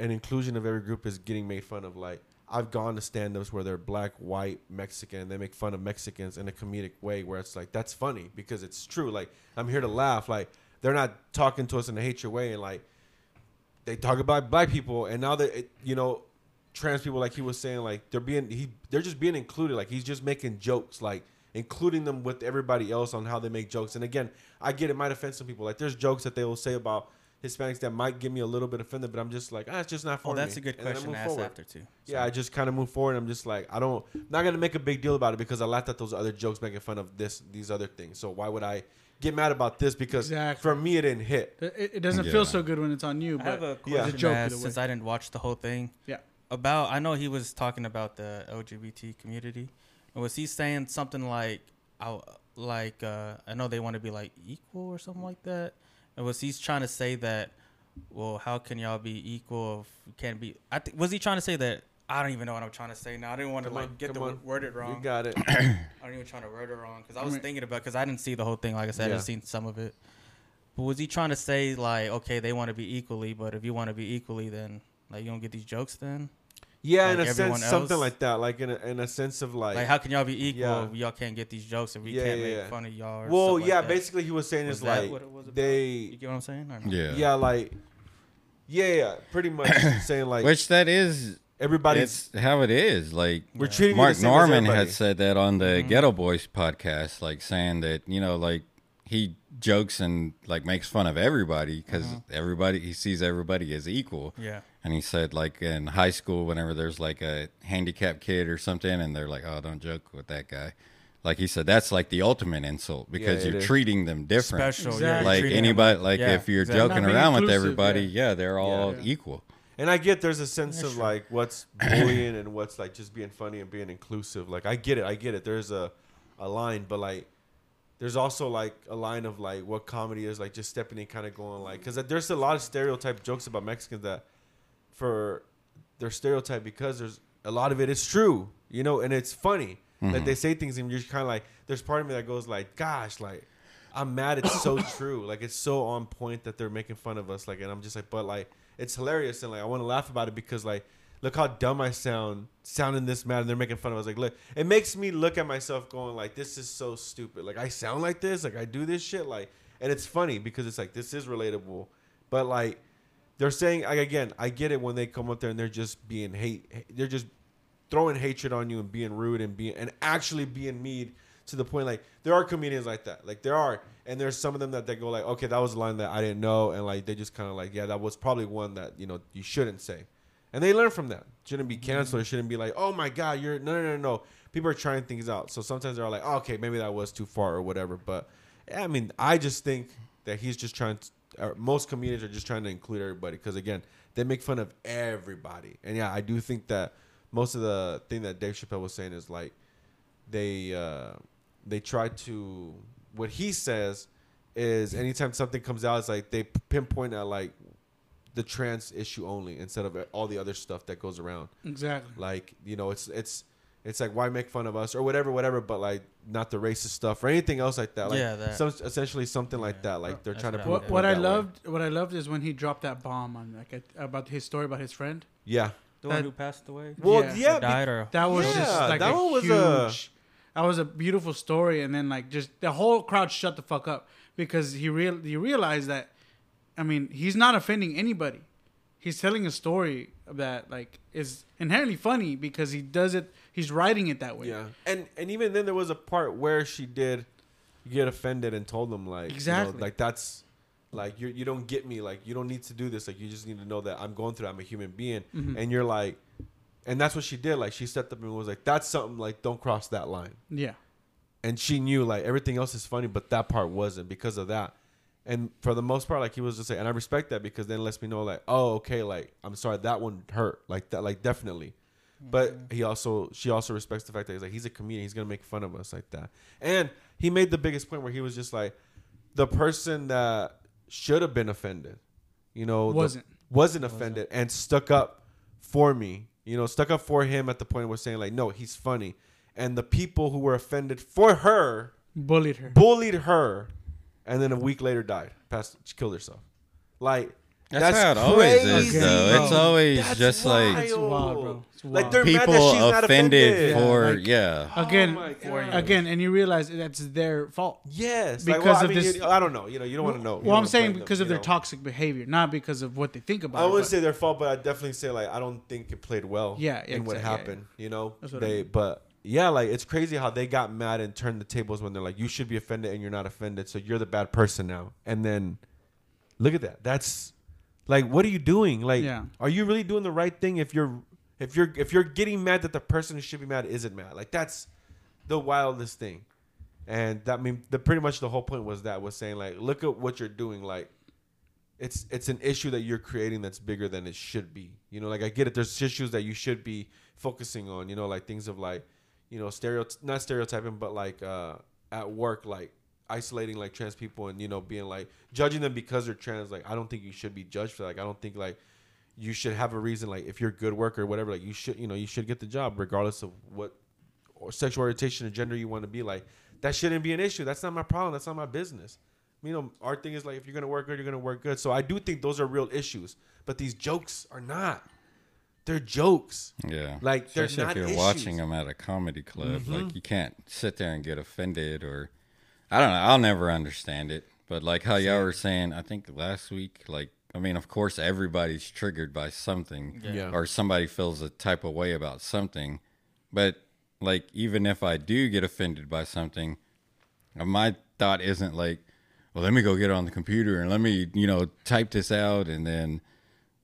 S2: and inclusion of every group is getting made fun of like. I've gone to stand-ups where they're black, white, Mexican, and they make fun of Mexicans in a comedic way where it's like that's funny because it's true. Like I'm here to laugh. Like they're not talking to us in a hatred way and like they talk about black people and now that it- you know trans people like he was saying like they're being he they're just being included like he's just making jokes like including them with everybody else on how they make jokes and again i get it might offend some people like there's jokes that they will say about hispanics that might get me a little bit offended but i'm just like ah it's just not for
S1: Oh,
S2: me
S1: that's a good
S2: And then I
S1: question
S2: move
S1: to ask
S2: forward.
S1: after too.
S2: yeah i just kind of move forward i'm just like i don't I'm not gonna make a big deal about it because i laughed at those other jokes making fun of this these other things so why would i get mad about this because
S3: Exactly.
S2: for me it didn't hit
S3: it, it doesn't
S4: Yeah.
S3: feel so good when it's on you
S1: I
S3: but
S1: have a
S2: Yeah.
S1: question
S3: It's a joke
S1: to ask
S3: either way.
S1: since I didn't watch the whole thing.
S3: yeah
S1: About I know he was talking about the LGBT community, and was he saying something like, "I like uh, I know they want to be like equal or something like that," and was he trying to say that? Well, how can y'all be equal if you can't be? I think was he trying to say that? I don't even know what I'm trying to say now. I didn't want to
S2: Come
S1: like
S2: on,
S1: get the
S2: come
S1: word
S2: on.
S1: worded
S2: you
S1: wrong.
S2: got it
S1: I don't even trying to word it wrong because I
S3: I
S1: was
S3: mean-
S1: thinking about because I didn't see the whole thing. Like I said,
S2: Yeah.
S1: I've seen some of it, But was he trying to say like, okay, they want to be equally, but if you want to be equally, then like you don't get these jokes then?
S2: Yeah, in
S1: Like
S2: a sense,
S1: everyone
S2: something
S1: else?
S2: like that. Like in a, in a sense of like,
S1: Like how can y'all be equal?
S2: Yeah.
S1: if Y'all can't get these jokes if we
S2: Yeah,
S1: can't
S2: yeah,
S1: make
S2: yeah.
S1: fun of y'all. or
S2: well,
S1: stuff like
S2: yeah.
S1: that.
S2: Basically, he was saying
S1: Was
S2: is
S1: that
S2: like
S1: what it was about? You
S2: they,
S1: get what I'm saying? Or no?
S4: Yeah.
S2: yeah, like, yeah, yeah, pretty much saying like
S4: Which that is
S2: everybody's
S4: it's how it is. Like
S2: We're treating you the
S4: Mark
S2: same as
S4: Norman
S2: everybody.
S4: had said that on the
S1: Mm-hmm.
S4: Ghetto Boys podcast, like saying that you know, like he jokes and like makes fun of everybody because
S1: Mm-hmm.
S4: everybody he sees everybody as equal.
S1: Yeah.
S4: And he said, like in high school, whenever there's like a handicapped kid or something, and they're like, "Oh, don't joke with that guy," like he said, that's like the ultimate insult because
S2: it
S4: you're
S2: is.
S4: treating them different.
S1: Special.
S3: Exactly.
S1: Yeah. you're
S4: Like
S1: treating them
S4: anybody, like
S1: Yeah,
S4: if you're
S1: exactly.
S4: joking
S3: Not being
S4: around with
S3: inclusive,
S4: everybody,
S3: yeah.
S4: yeah, they're all
S2: Yeah.
S4: equal.
S2: And I get there's a sense of
S1: sure.
S2: like what's bullying and what's like just being funny and being inclusive. Like I get it, I get it. There's a, a line, but like there's also like a line of like what comedy is like just stepping in, kind of going like because there's a lot of stereotype jokes about Mexicans that for their stereotype because there's a lot of it is true, you know, and it's funny that they say things and you're kind of like there's part of me that goes like, gosh, like I'm mad it's so true, like it's so on point that they're making fun of us, like, and I'm just like, but like it's hilarious and like I want to laugh about it because like look how dumb I sound sounding this mad and they're making fun of us. Like, look, it makes me look at myself going like, this is so stupid. Like I sound like this, like I do this shit, like, and it's funny because it's like this is relatable, but like they're saying like, again i get it when they come up there and they're just being hate they're just throwing hatred on you and being rude and being and actually being mean to the point like there are comedians like that like there are and there's some of them that they go like okay that was a line that i didn't know and like they just kind of like yeah that was probably one that you know you shouldn't say and they learn from that shouldn't be canceled it shouldn't be like oh my god you're no no no no people are trying things out so sometimes they're like oh, okay maybe that was too far or whatever but i mean i just think that he's just trying to or most comedians are just trying to include everybody because again they make fun of everybody and yeah i do think that most of the thing that dave chappelle was saying is like they uh they try to what he says is anytime something comes out it's like they pinpoint at like the trans issue only instead of all the other stuff that goes around
S3: Exactly.
S2: like you know it's it's it's like why make fun of us or whatever whatever but like not the racist stuff or anything else like that like
S1: Yeah, that-
S2: some essentially something like
S1: Yeah.
S2: that like they're
S1: That's
S2: trying to
S1: what I
S2: put
S1: would
S2: it
S3: What, what I
S2: that way.
S3: loved, what I loved is when he dropped that bomb on like a, about his story about his friend.
S2: yeah
S1: The one
S3: That-
S1: who passed away.
S2: well
S3: Yeah.
S2: yeah,
S1: Or
S2: be-
S1: died or
S3: That was
S2: Yeah,
S3: just like
S2: that
S3: a
S2: one was uh,
S3: huge.
S2: a-
S3: that was a beautiful story, and then like just the whole crowd shut the fuck up because he real he realized that, I mean, he's not offending anybody. He's telling a story that like is inherently funny because he does it. He's writing it that way.
S2: yeah and and even then there was a part where she did get offended and told them like you know,
S3: Exactly.
S2: like that's like you you don't get me like you don't need to do this like you just need to know that I'm going through it. I'm a human being
S3: Mm-hmm.
S2: and you're like and that's what she did like she stepped up and was like that's something like don't cross that line
S3: Yeah.
S2: and she knew like everything else is funny, but that part wasn't because of that. And for the most part, like he was just saying, and I respect that because then it lets me know like, oh, okay, like I'm sorry that one hurt, like that, like definitely. But he also, she also respects the fact that he's like, he's a comedian, he's gonna make fun of us like that. And he made the biggest point where he was just like, the person that should have been offended, you know, the-
S3: Wasn't.
S2: wasn't offended and stuck up for me. You know, stuck up for him at the point where saying like, no, he's funny. And the people who were offended for her
S3: Bullied her.
S2: bullied her, and then a week later died. Passed, she killed herself. Like
S4: That's, how it always is,
S2: crazy,
S4: though.
S2: bro.
S4: It's always
S2: That's
S4: just like
S3: It's wild, bro. It's
S2: Like
S3: wild.
S2: they're mad that
S4: people
S2: she's not
S4: offended,
S2: offended.
S3: Yeah,
S4: for
S3: like-
S4: yeah.
S3: again,
S2: Oh my God.
S3: again, and you realize that's their fault.
S2: Yes,
S3: Because
S2: like, well, I
S3: of
S2: mean,
S3: this-
S2: you- I don't know. You know, you don't want to know. You don't
S3: Well, I'm
S2: wanna
S3: saying
S2: blame them,
S3: because of
S2: you
S3: their
S2: know?
S3: toxic behavior, not because of what they think about.
S2: I
S3: it,
S2: wouldn't
S3: but-
S2: say their fault, but I definitely say like I don't think it played well.
S3: Yeah,
S2: in what
S3: exact- yeah, yeah.
S2: happened, you know.
S3: That's what I
S2: They, but yeah, like it's crazy how they got mad and turned the tables when they're like, "You should be offended, and you're not offended, so you're the bad person now." And then, look at that. That's like, what are you doing? Like,
S3: Yeah.
S2: are you really doing the right thing if you're if you're if you're getting mad that the person who should be mad isn't mad? Like, that's the wildest thing. And that I mean, the pretty much the whole point was that was saying like, look at what you're doing, like it's it's an issue that you're creating that's bigger than it should be. You know, like I get it. There's issues that you should be focusing on. You know, like things of like, you know, stereo not stereotyping, but like uh, at work, like isolating like trans people and you know being like judging them because they're trans. Like I don't think you should be judged for. That. Like I don't think like you should have a reason. Like if you're a good worker or whatever, like you should you know you should get the job regardless of what or sexual orientation or gender you want to be. Like that shouldn't be an issue. That's not my problem. That's not my business. you know, our thing is like if you're gonna work good, you're gonna work good. So I do think those are real issues, but these jokes are not. They're jokes.
S4: Yeah.
S2: Like, they're
S4: especially
S2: not
S4: if you're
S2: issues. Mm-hmm.
S4: watching them at a comedy club, like you can't sit there and get offended or I don't know, I'll never understand it. But like how y'all were saying, I think last week, like I mean, of course everybody's triggered by something
S2: Yeah.
S4: or somebody feels a type of way about something. But like even if I do get offended by something, uh, my thought isn't like, well, let me go get on the computer and let me, you know, type this out and then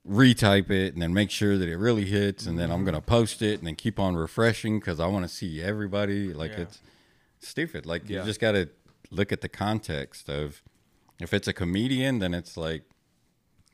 S4: retype it and then make sure that it really hits and then I'm going to post it and then keep on refreshing cuz I want to see everybody like
S1: Yeah.
S4: it's stupid like
S2: Yeah.
S4: you just got to look at the context of if it's a comedian then it's like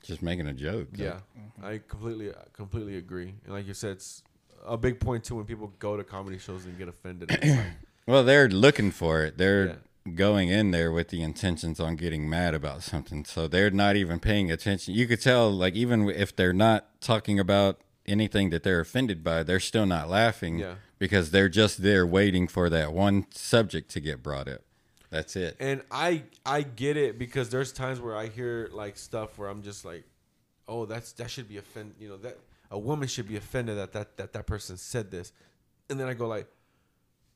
S4: just making a joke Like,
S2: Yeah, I completely completely agree. And like you said, it's a big point too when people go to comedy shows and get offended. It's like,
S4: well they're looking for it they're going in there with the intentions on getting mad about something so they're not even paying attention you could tell like even if they're not talking about anything that they're offended by they're still not laughing
S2: Yeah.
S4: because they're just there waiting for that one subject to get brought up that's it
S2: and I I get it because there's times where I hear like stuff where I'm just like, oh, that's that should be offend. You know that a woman should be offended that that that that person said this, and then I go like.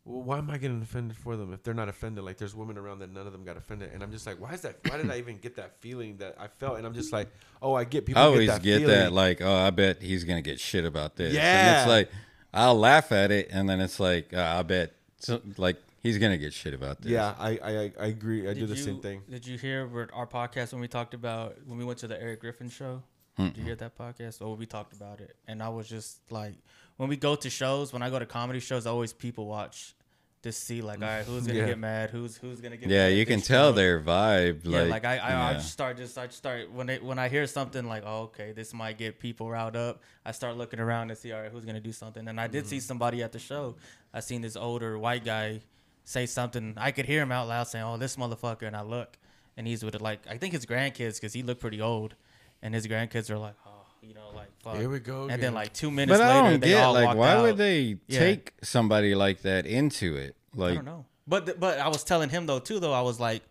S2: Well, why am I getting offended for them if they're not offended? Like, there's women around that none of them got offended, and I'm just like, why is that? Why did I even get that feeling that I felt? And I'm just like, oh, I get people.
S4: I always get,
S2: feeling.
S4: that, like, oh, I bet he's gonna get shit about this. and
S2: Yeah.
S4: it's like I'll laugh at it, and then it's like, uh, I bet, so, like, he's gonna get shit about this.
S2: Yeah, I I, I- I agree. I do the same thing.
S1: Did you hear what our podcast when we talked about when we went to the Eric Griffin show? Did you hear that podcast? Oh, we talked about it, and I was just like, when we go to shows, when I go to comedy shows, I always people watch to see like, all right, who's gonna
S2: Yeah.
S1: get mad? Who's who's gonna get?
S4: yeah,
S1: mad at
S4: you can
S1: this
S4: tell
S1: show?
S4: their vibe.
S1: Yeah,
S4: like,
S1: like, I, I, I
S4: yeah.
S1: just start just I just start when it, when I hear something like oh okay this might get people riled up I start looking around to see all right who's gonna do something and I did
S4: Mm-hmm.
S1: see somebody at the show I seen this older white guy say something I could hear him out loud saying oh this motherfucker and I look and he's with like I think his grandkids because he looked pretty old and his grandkids are like oh you know like fuck
S2: Here we go
S1: and
S2: again.
S1: then like two minutes
S4: but
S1: later
S4: I don't
S1: they
S4: get
S1: all
S4: like
S1: walked
S4: why
S1: out.
S4: would they
S1: Yeah.
S4: take somebody like that into it? Like,
S1: I don't know. But th- but I was telling him though too though I was like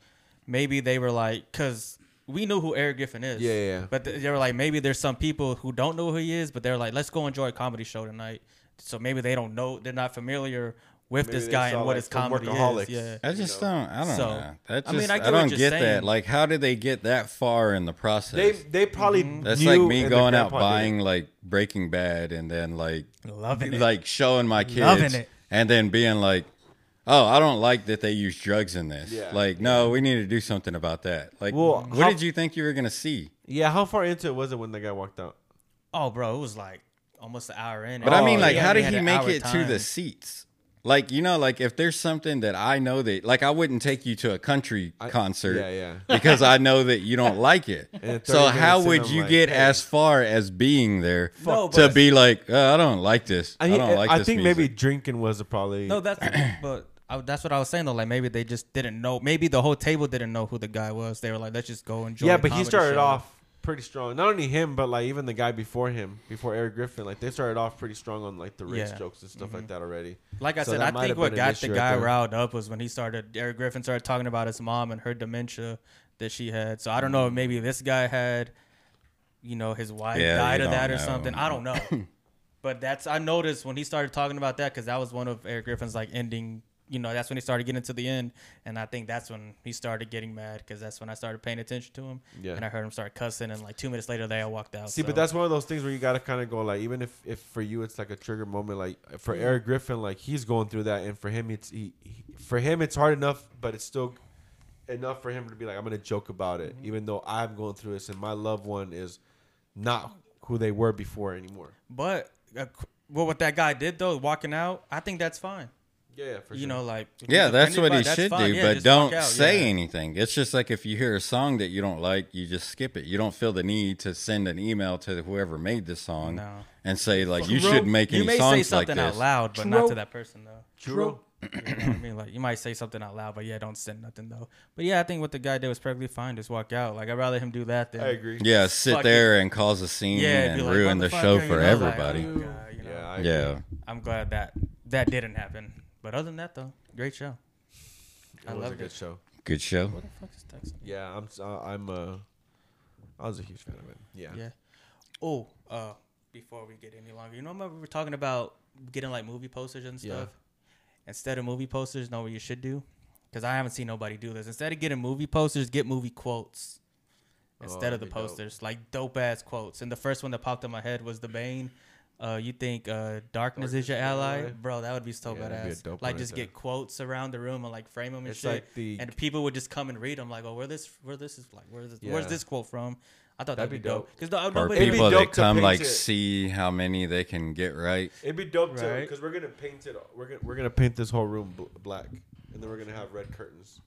S1: maybe they were like because we knew who Eric Griffin is.
S2: Yeah, yeah, yeah.
S1: But th- they were like maybe there's some people who don't know who he is, but they're like let's go enjoy a comedy show tonight. So maybe they don't know they're not familiar with
S2: Maybe
S1: this
S2: they
S1: guy
S2: saw,
S1: and what
S2: like,
S1: his
S2: some
S1: comedy
S2: workaholics.
S1: is. Yeah.
S4: I just
S2: know.
S4: don't. I don't
S1: So,
S4: know. That
S1: I
S4: just,
S1: mean, I
S4: I,
S1: get what
S4: don't
S1: you're
S4: get that.
S1: saying.
S4: Like, how did they get that far in the process?
S2: They they probably
S4: Mm-hmm. That's
S2: knew
S4: like me
S2: and
S4: going
S2: their
S4: out
S2: grandpa did it.
S4: buying like Breaking Bad and then like
S1: Loving it.
S4: like showing my kids,
S1: Loving it.
S4: and then being like, "Oh, I don't like that they use drugs in this."
S2: Yeah.
S4: Like, no, we need to do something about that. Like,
S2: Well,
S4: what
S2: how-
S4: did you think you were gonna see?
S2: Yeah, how far into it was it when the guy walked out?
S1: Oh bro, it was like almost an hour in. Oh,
S4: But I mean, like,
S1: Yeah,
S4: how
S1: we
S4: did
S1: had
S4: he
S1: an
S4: make
S1: hour
S4: it to
S1: time.
S4: the seats? Like, you know, like if there's something that I know that, like, I wouldn't take you to a country concert,
S2: yeah, yeah.
S4: because I know that you don't like it.
S2: at 30
S4: So
S2: minutes
S4: how
S2: in,
S4: would
S2: I'm
S4: you
S2: like,
S4: get
S2: hey.
S4: as far as being there
S1: No,
S4: to
S1: but-
S4: be like, oh, I don't like this. I,
S2: I, eh,
S4: don't like
S2: I
S4: this.
S2: think maybe
S4: music."
S2: drinking was probably
S1: No, that's but I, that's what I was saying though. Like maybe they just didn't know. Maybe the whole table didn't know who the guy was. They were like, let's just go enjoy.
S2: yeah,
S1: a
S2: but he
S1: comedy
S2: started
S1: show.
S2: off pretty strong. Not only him, but like even the guy before him, before Eric Griffin, like they started off pretty strong on like the race
S1: Yeah. Mm-hmm.
S2: jokes and stuff like that already.
S1: Like I
S2: So
S1: said,
S2: that
S1: I
S2: might have
S1: think what
S2: been an
S1: got the
S2: issue right
S1: guy
S2: there.
S1: riled up was when he started. Eric Griffin started talking about his mom and her dementia that she had. So I don't know.
S2: Mm.
S1: Maybe this guy had, you know, his wife
S4: Yeah,
S1: died
S4: you
S1: of that
S4: don't
S1: or
S4: know.
S1: something. I don't know. but that's I noticed when he started talking about that because that was one of Eric Griffin's like ending. You know, that's when he started getting to the end, and I think that's when he started getting mad because that's when I started paying attention to him.
S2: Yeah.
S1: And I heard him start cussing, and like two minutes later, they all walked out.
S2: See,
S1: So-
S2: but that's one of those things where you gotta kind of go like, even if, if for you it's like a trigger moment, like for
S1: Mm-hmm.
S2: Eric Griffin, like he's going through that, and for him it's he, he- for him it's hard enough, but it's still enough for him to be like, I'm gonna joke about
S1: Mm-hmm.
S2: it, even though I'm going through this, and my loved one is not who they were before anymore.
S1: but uh, well, what that guy did though, walking out, I think that's fine.
S2: Yeah, yeah for
S1: you
S2: sure.
S1: know, like if
S4: Yeah,
S1: he's
S4: that's
S1: offended
S4: what
S1: by
S4: he
S1: it, that's
S4: should
S1: fine.
S4: do,
S1: Yeah,
S4: but
S1: just walk
S4: don't
S1: out,
S4: say
S1: yeah.
S4: anything. It's just like if you hear a song that you don't like, you just skip it. You don't feel the need to send an email to whoever made the song
S1: No.
S4: and say like you
S1: True.
S4: should make
S1: You
S4: any
S1: may say
S4: songs like
S1: something
S4: this.
S1: out loud, but not
S3: True.
S1: to that person though.
S2: True.
S1: You know what I mean, like you might say something out loud, but yeah, don't send nothing though. But yeah, I think what the guy did was perfectly fine. Just walk out. Like I'd rather him do that than
S2: I agree.
S4: Yeah, sit
S1: Fuck
S4: there and cause a scene
S1: yeah it'd
S4: and
S1: be like,
S4: ruin the
S1: "Motherfucker,"
S4: show
S1: you know,
S4: for
S1: like,
S4: everybody.
S1: oh, God, you know.
S2: Yeah, I agree.
S4: yeah.
S1: I'm glad that that didn't happen. But other than that though, great show. I
S2: It was a
S1: loved
S2: good
S1: it.
S2: show.
S4: Good show.
S1: What the fuck is Texas?
S2: Yeah, I'm. s- Uh, I'm. Uh, I was a huge fan of it. Yeah.
S1: Yeah. Oh, uh, before we get any longer, you know, remember we were talking about getting like movie posters and
S2: Yeah.
S1: stuff. Instead of movie posters, know what you should do? Because I haven't seen nobody do this. Instead of getting movie posters, get movie quotes. Instead
S2: Oh, that'd
S1: of the
S2: be dope.
S1: posters, like dope ass quotes. And the first one that popped in my head was the Bane. Uh, you think uh, darkness
S2: Darkness
S1: is your ally?
S2: ally?
S1: bro? That would be so
S2: Yeah, that'd be a
S1: badass.
S2: dope
S1: like,
S2: one
S1: just
S2: right there.
S1: get quotes around the room and like frame them and
S2: It's
S1: shit.
S2: like the-
S1: and people would just come and read them. Like, oh, where this, where this is, like, where this,
S2: Yeah.
S1: where's this quote from? I thought that'd,
S2: That'd
S1: be
S2: be
S1: dope.
S2: dope.
S1: Because
S4: Or
S1: nobody,
S2: It'd be
S4: people
S2: dope
S4: that
S2: to
S4: come
S2: paint
S4: like
S2: it.
S4: see how many they can get right.
S2: It'd be dope too,
S1: Right.
S2: because we're gonna paint it. We're gonna we're gonna paint this whole room bl- black, and then we're gonna have red curtains,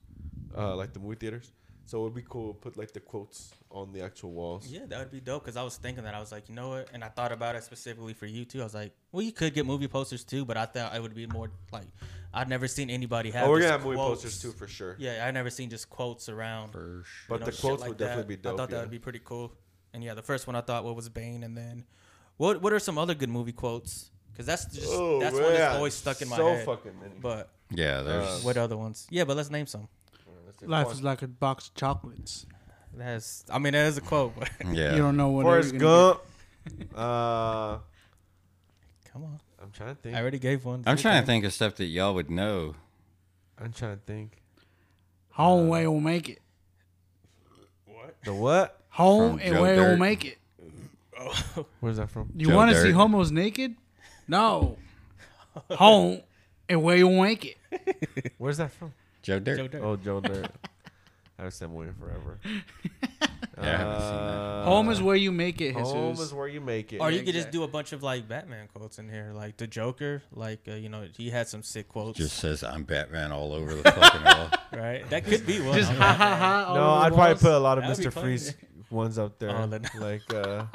S2: uh, like the movie theaters. So it would be cool to put like the quotes on the actual walls.
S1: Yeah, that would be dope because I was thinking that I was like, you know what? And I thought about it specifically for you too. I was like, well, you could get movie posters too, but I thought it would be more like I've never seen anybody have.
S2: oh, we're
S1: just
S2: gonna have movie
S1: quotes.
S2: posters too for sure.
S1: Yeah, I've never seen just quotes around. you
S2: But
S1: know,
S2: the
S1: shit
S2: quotes
S1: like
S2: would
S1: that.
S2: definitely be dope.
S1: I thought
S2: yeah.
S1: that would be pretty cool. And yeah, the first one I thought what was Bane, and then what what are some other good movie quotes? Because that's just
S2: Oh,
S1: that's one that's
S2: man.
S1: always stuck in my
S2: so
S1: head.
S2: fucking many.
S1: But
S4: Yeah,
S2: Uh,
S4: there's
S1: what other ones? Yeah, but let's name some.
S2: Let's do
S3: Life
S2: Forrest-
S3: is like a box of chocolates.
S1: That's I mean that is a quote. But
S4: yeah.
S3: You don't know what.
S2: Forrest
S3: you're gonna
S2: Gump. uh,
S1: come on,
S2: I'm trying to
S1: I
S2: think.
S1: already gave one.
S4: I'm trying to think of stuff that y'all would know.
S2: I'm trying to think.
S3: get. Home way will make it.
S1: What?
S2: The what?
S3: Home
S4: From
S3: and
S4: Joe
S3: way will
S4: Dirt.
S3: make it.
S1: Oh.
S2: Where's that from?
S3: You
S4: Joe
S3: want to see
S4: Dirt.
S3: homos naked? No. Home and way will make it.
S2: Where's that from?
S4: Joe Dirt.
S1: Joe Dirt.
S2: Oh, Joe Dirt. I was that movie forever.
S4: I haven't seen
S2: Uh,
S4: that.
S3: Home is where you make it, Jesus.
S2: home is where you make it.
S1: Or you could just do a bunch of like Batman quotes in here, like the Joker, like uh, you know he had some sick quotes,
S4: Just says I'm Batman all over the fucking wall.
S1: right? That could be one.
S3: Just
S1: I'm
S3: ha
S1: like,
S3: ha ha. all
S2: no,
S3: over
S2: I'd
S3: the
S2: probably
S3: walls.
S2: put a lot of
S1: That'd be
S2: Mr.
S1: fun.
S2: Freeze ones up there.
S1: Oh, then-
S2: like, uh,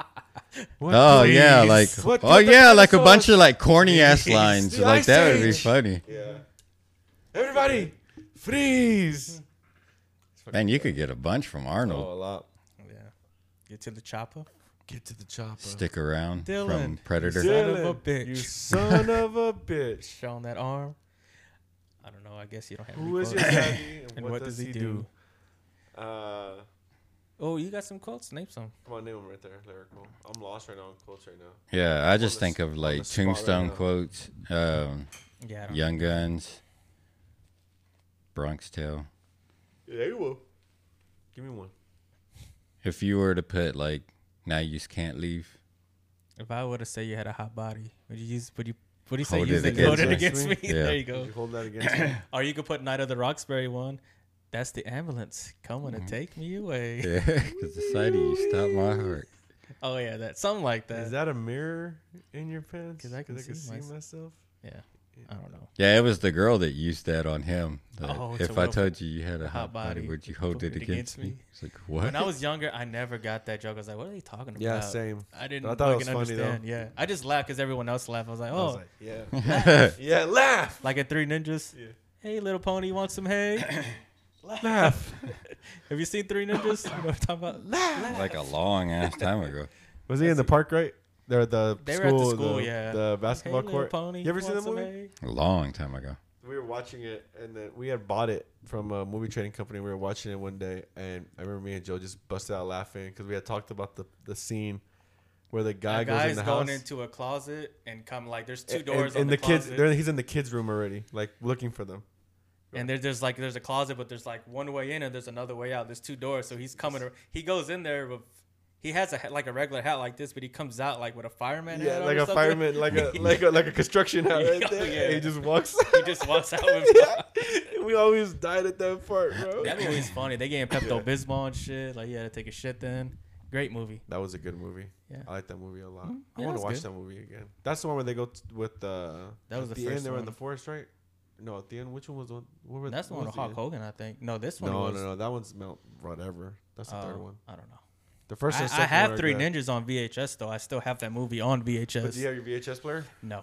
S2: what
S4: Oh
S2: do
S4: yeah,
S2: you-
S4: like
S2: what
S4: oh
S2: do the
S4: yeah, like a
S2: dinosaurs-
S4: bunch of like corny ass lines.
S2: The
S4: Like
S2: Ice
S4: that would be
S2: Age.
S4: funny.
S2: Yeah. Everybody, freeze!
S4: Man, you could get a bunch from
S2: Oh,
S4: Arnold.
S2: a lot.
S1: yeah, get to the chopper.
S2: Get to the chopper.
S4: Stick around
S1: Dylan.
S4: from Predator.
S1: Son of a
S2: Dylan,
S1: bitch.
S2: You son of a bitch.
S1: Showing that arm. I don't know. I guess you don't have.
S2: Who
S1: any
S2: is your
S1: quotes.
S2: daddy and,
S1: And what does he do?
S2: Uh,
S1: Oh, you got some quotes? Name some.
S2: come on, name him right there, lyrical. I'm lost right now on quotes right now.
S4: Yeah, I just
S2: the
S4: think
S2: s-
S4: of
S2: on the
S4: like
S2: spot right
S4: Tombstone
S2: now.
S4: quotes, um,
S1: Yeah. I don't
S4: Young Guns, Bronx Tale.
S2: Yeah, you will. Give me one.
S4: If you were to put like now you just can't leave.
S1: If I were to say you had a hot body, would you use? Would you? What do you say?
S4: Hold
S1: use
S4: it
S1: the code
S4: against
S1: it
S4: me.
S1: against me.
S4: Yeah.
S1: There you
S2: Did
S1: go.
S2: you hold that against me?
S1: Or you could put Night of the Roxbury one. That's the ambulance coming
S2: Mm-hmm.
S1: to take me away.
S4: Yeah, 'cause the sight of you stopped my heart.
S1: Oh yeah, that something like that.
S2: Is that a mirror in your pants?
S1: 'Cause I can see myself.
S2: myself.
S1: yeah. I don't know.
S4: Yeah, it was the girl that used that on him. that
S1: Oh, it's
S4: if
S1: a
S4: I
S1: real-
S4: told you you had a hot body, would you hold it against, me? It's like what?
S1: When I was younger, I never got that joke. I was like, "What are they talking about?"
S2: Yeah, same.
S1: I didn't
S2: I thought it
S1: fucking
S2: was funny, though.
S1: understand. Yeah, I just laughed because everyone else laughed. I was like, "Oh,
S2: I was like, yeah, yeah, laugh,
S1: like at Three Ninjas."
S2: Yeah.
S1: Hey, little pony, want some hay?
S2: laugh.
S1: Have you seen Three Ninjas? You know what I'm talking about? Laugh.
S4: like a long ass time ago.
S2: Was he in the park right? There, the
S1: They were at the
S2: school,
S1: school, yeah.
S2: the
S1: Hey,
S2: basketball
S1: little
S2: court.
S1: pony,
S2: you ever seen
S1: want
S2: the
S1: some
S2: movie?
S1: hay?
S4: A long time ago.
S2: We were watching it, and then we had bought it from a movie trading company. We were watching it one day, and I remember me and Joe just busted out laughing because we had talked about the the scene where the guy
S1: The
S2: goes
S1: guy's
S2: in the
S1: going
S2: house.
S1: into a closet and come like there's two
S2: and-
S1: doors
S2: and,
S1: on
S2: the, kids.
S1: closet.
S2: They're, he's in the kids' room already, like looking for them.
S1: And there, there's like there's a closet, but there's like one way in and there's another way out. There's two doors, so he's coming. ar- He goes in there with he has a ha- like a regular hat like this, but he comes out like with a fireman.
S2: Yeah,
S1: hat on
S2: like
S1: or
S2: a
S1: something.
S2: fireman, like a like a like a construction hat
S1: Yeah,
S2: right there.
S1: yeah.
S2: and he just walks.
S1: He just walks out with.
S2: yeah. We always died at that part, bro.
S1: That movie's funny. They getting Pepto Bismol and shit. Like you had to take a shit then. Great movie.
S2: That was a good movie.
S1: Yeah. Mm-hmm.
S2: I like that movie a lot. I
S1: Yeah,
S2: want
S1: it's
S2: to watch
S1: good.
S2: that movie again. That's the one where they go t- with uh,
S1: That was
S2: at
S1: the
S2: end.
S1: first
S2: They were in
S1: one.
S2: the forest, right? No, at the end. Which one was the one? What were
S1: That's the
S2: what
S1: one with
S2: was
S1: Hulk Hogan,
S2: end?
S1: I think. No, this one
S2: No,
S1: was.
S2: no, no. That one's Mount whatever. That's the
S1: uh,
S2: third one.
S1: I don't know.
S2: The first.
S1: I,
S2: and
S1: I
S2: second
S1: have
S2: one are
S1: Three
S2: good.
S1: Ninjas on VHS though. I still have that movie on
S2: But do you
S1: VHS.
S2: have your VHS player?
S1: No,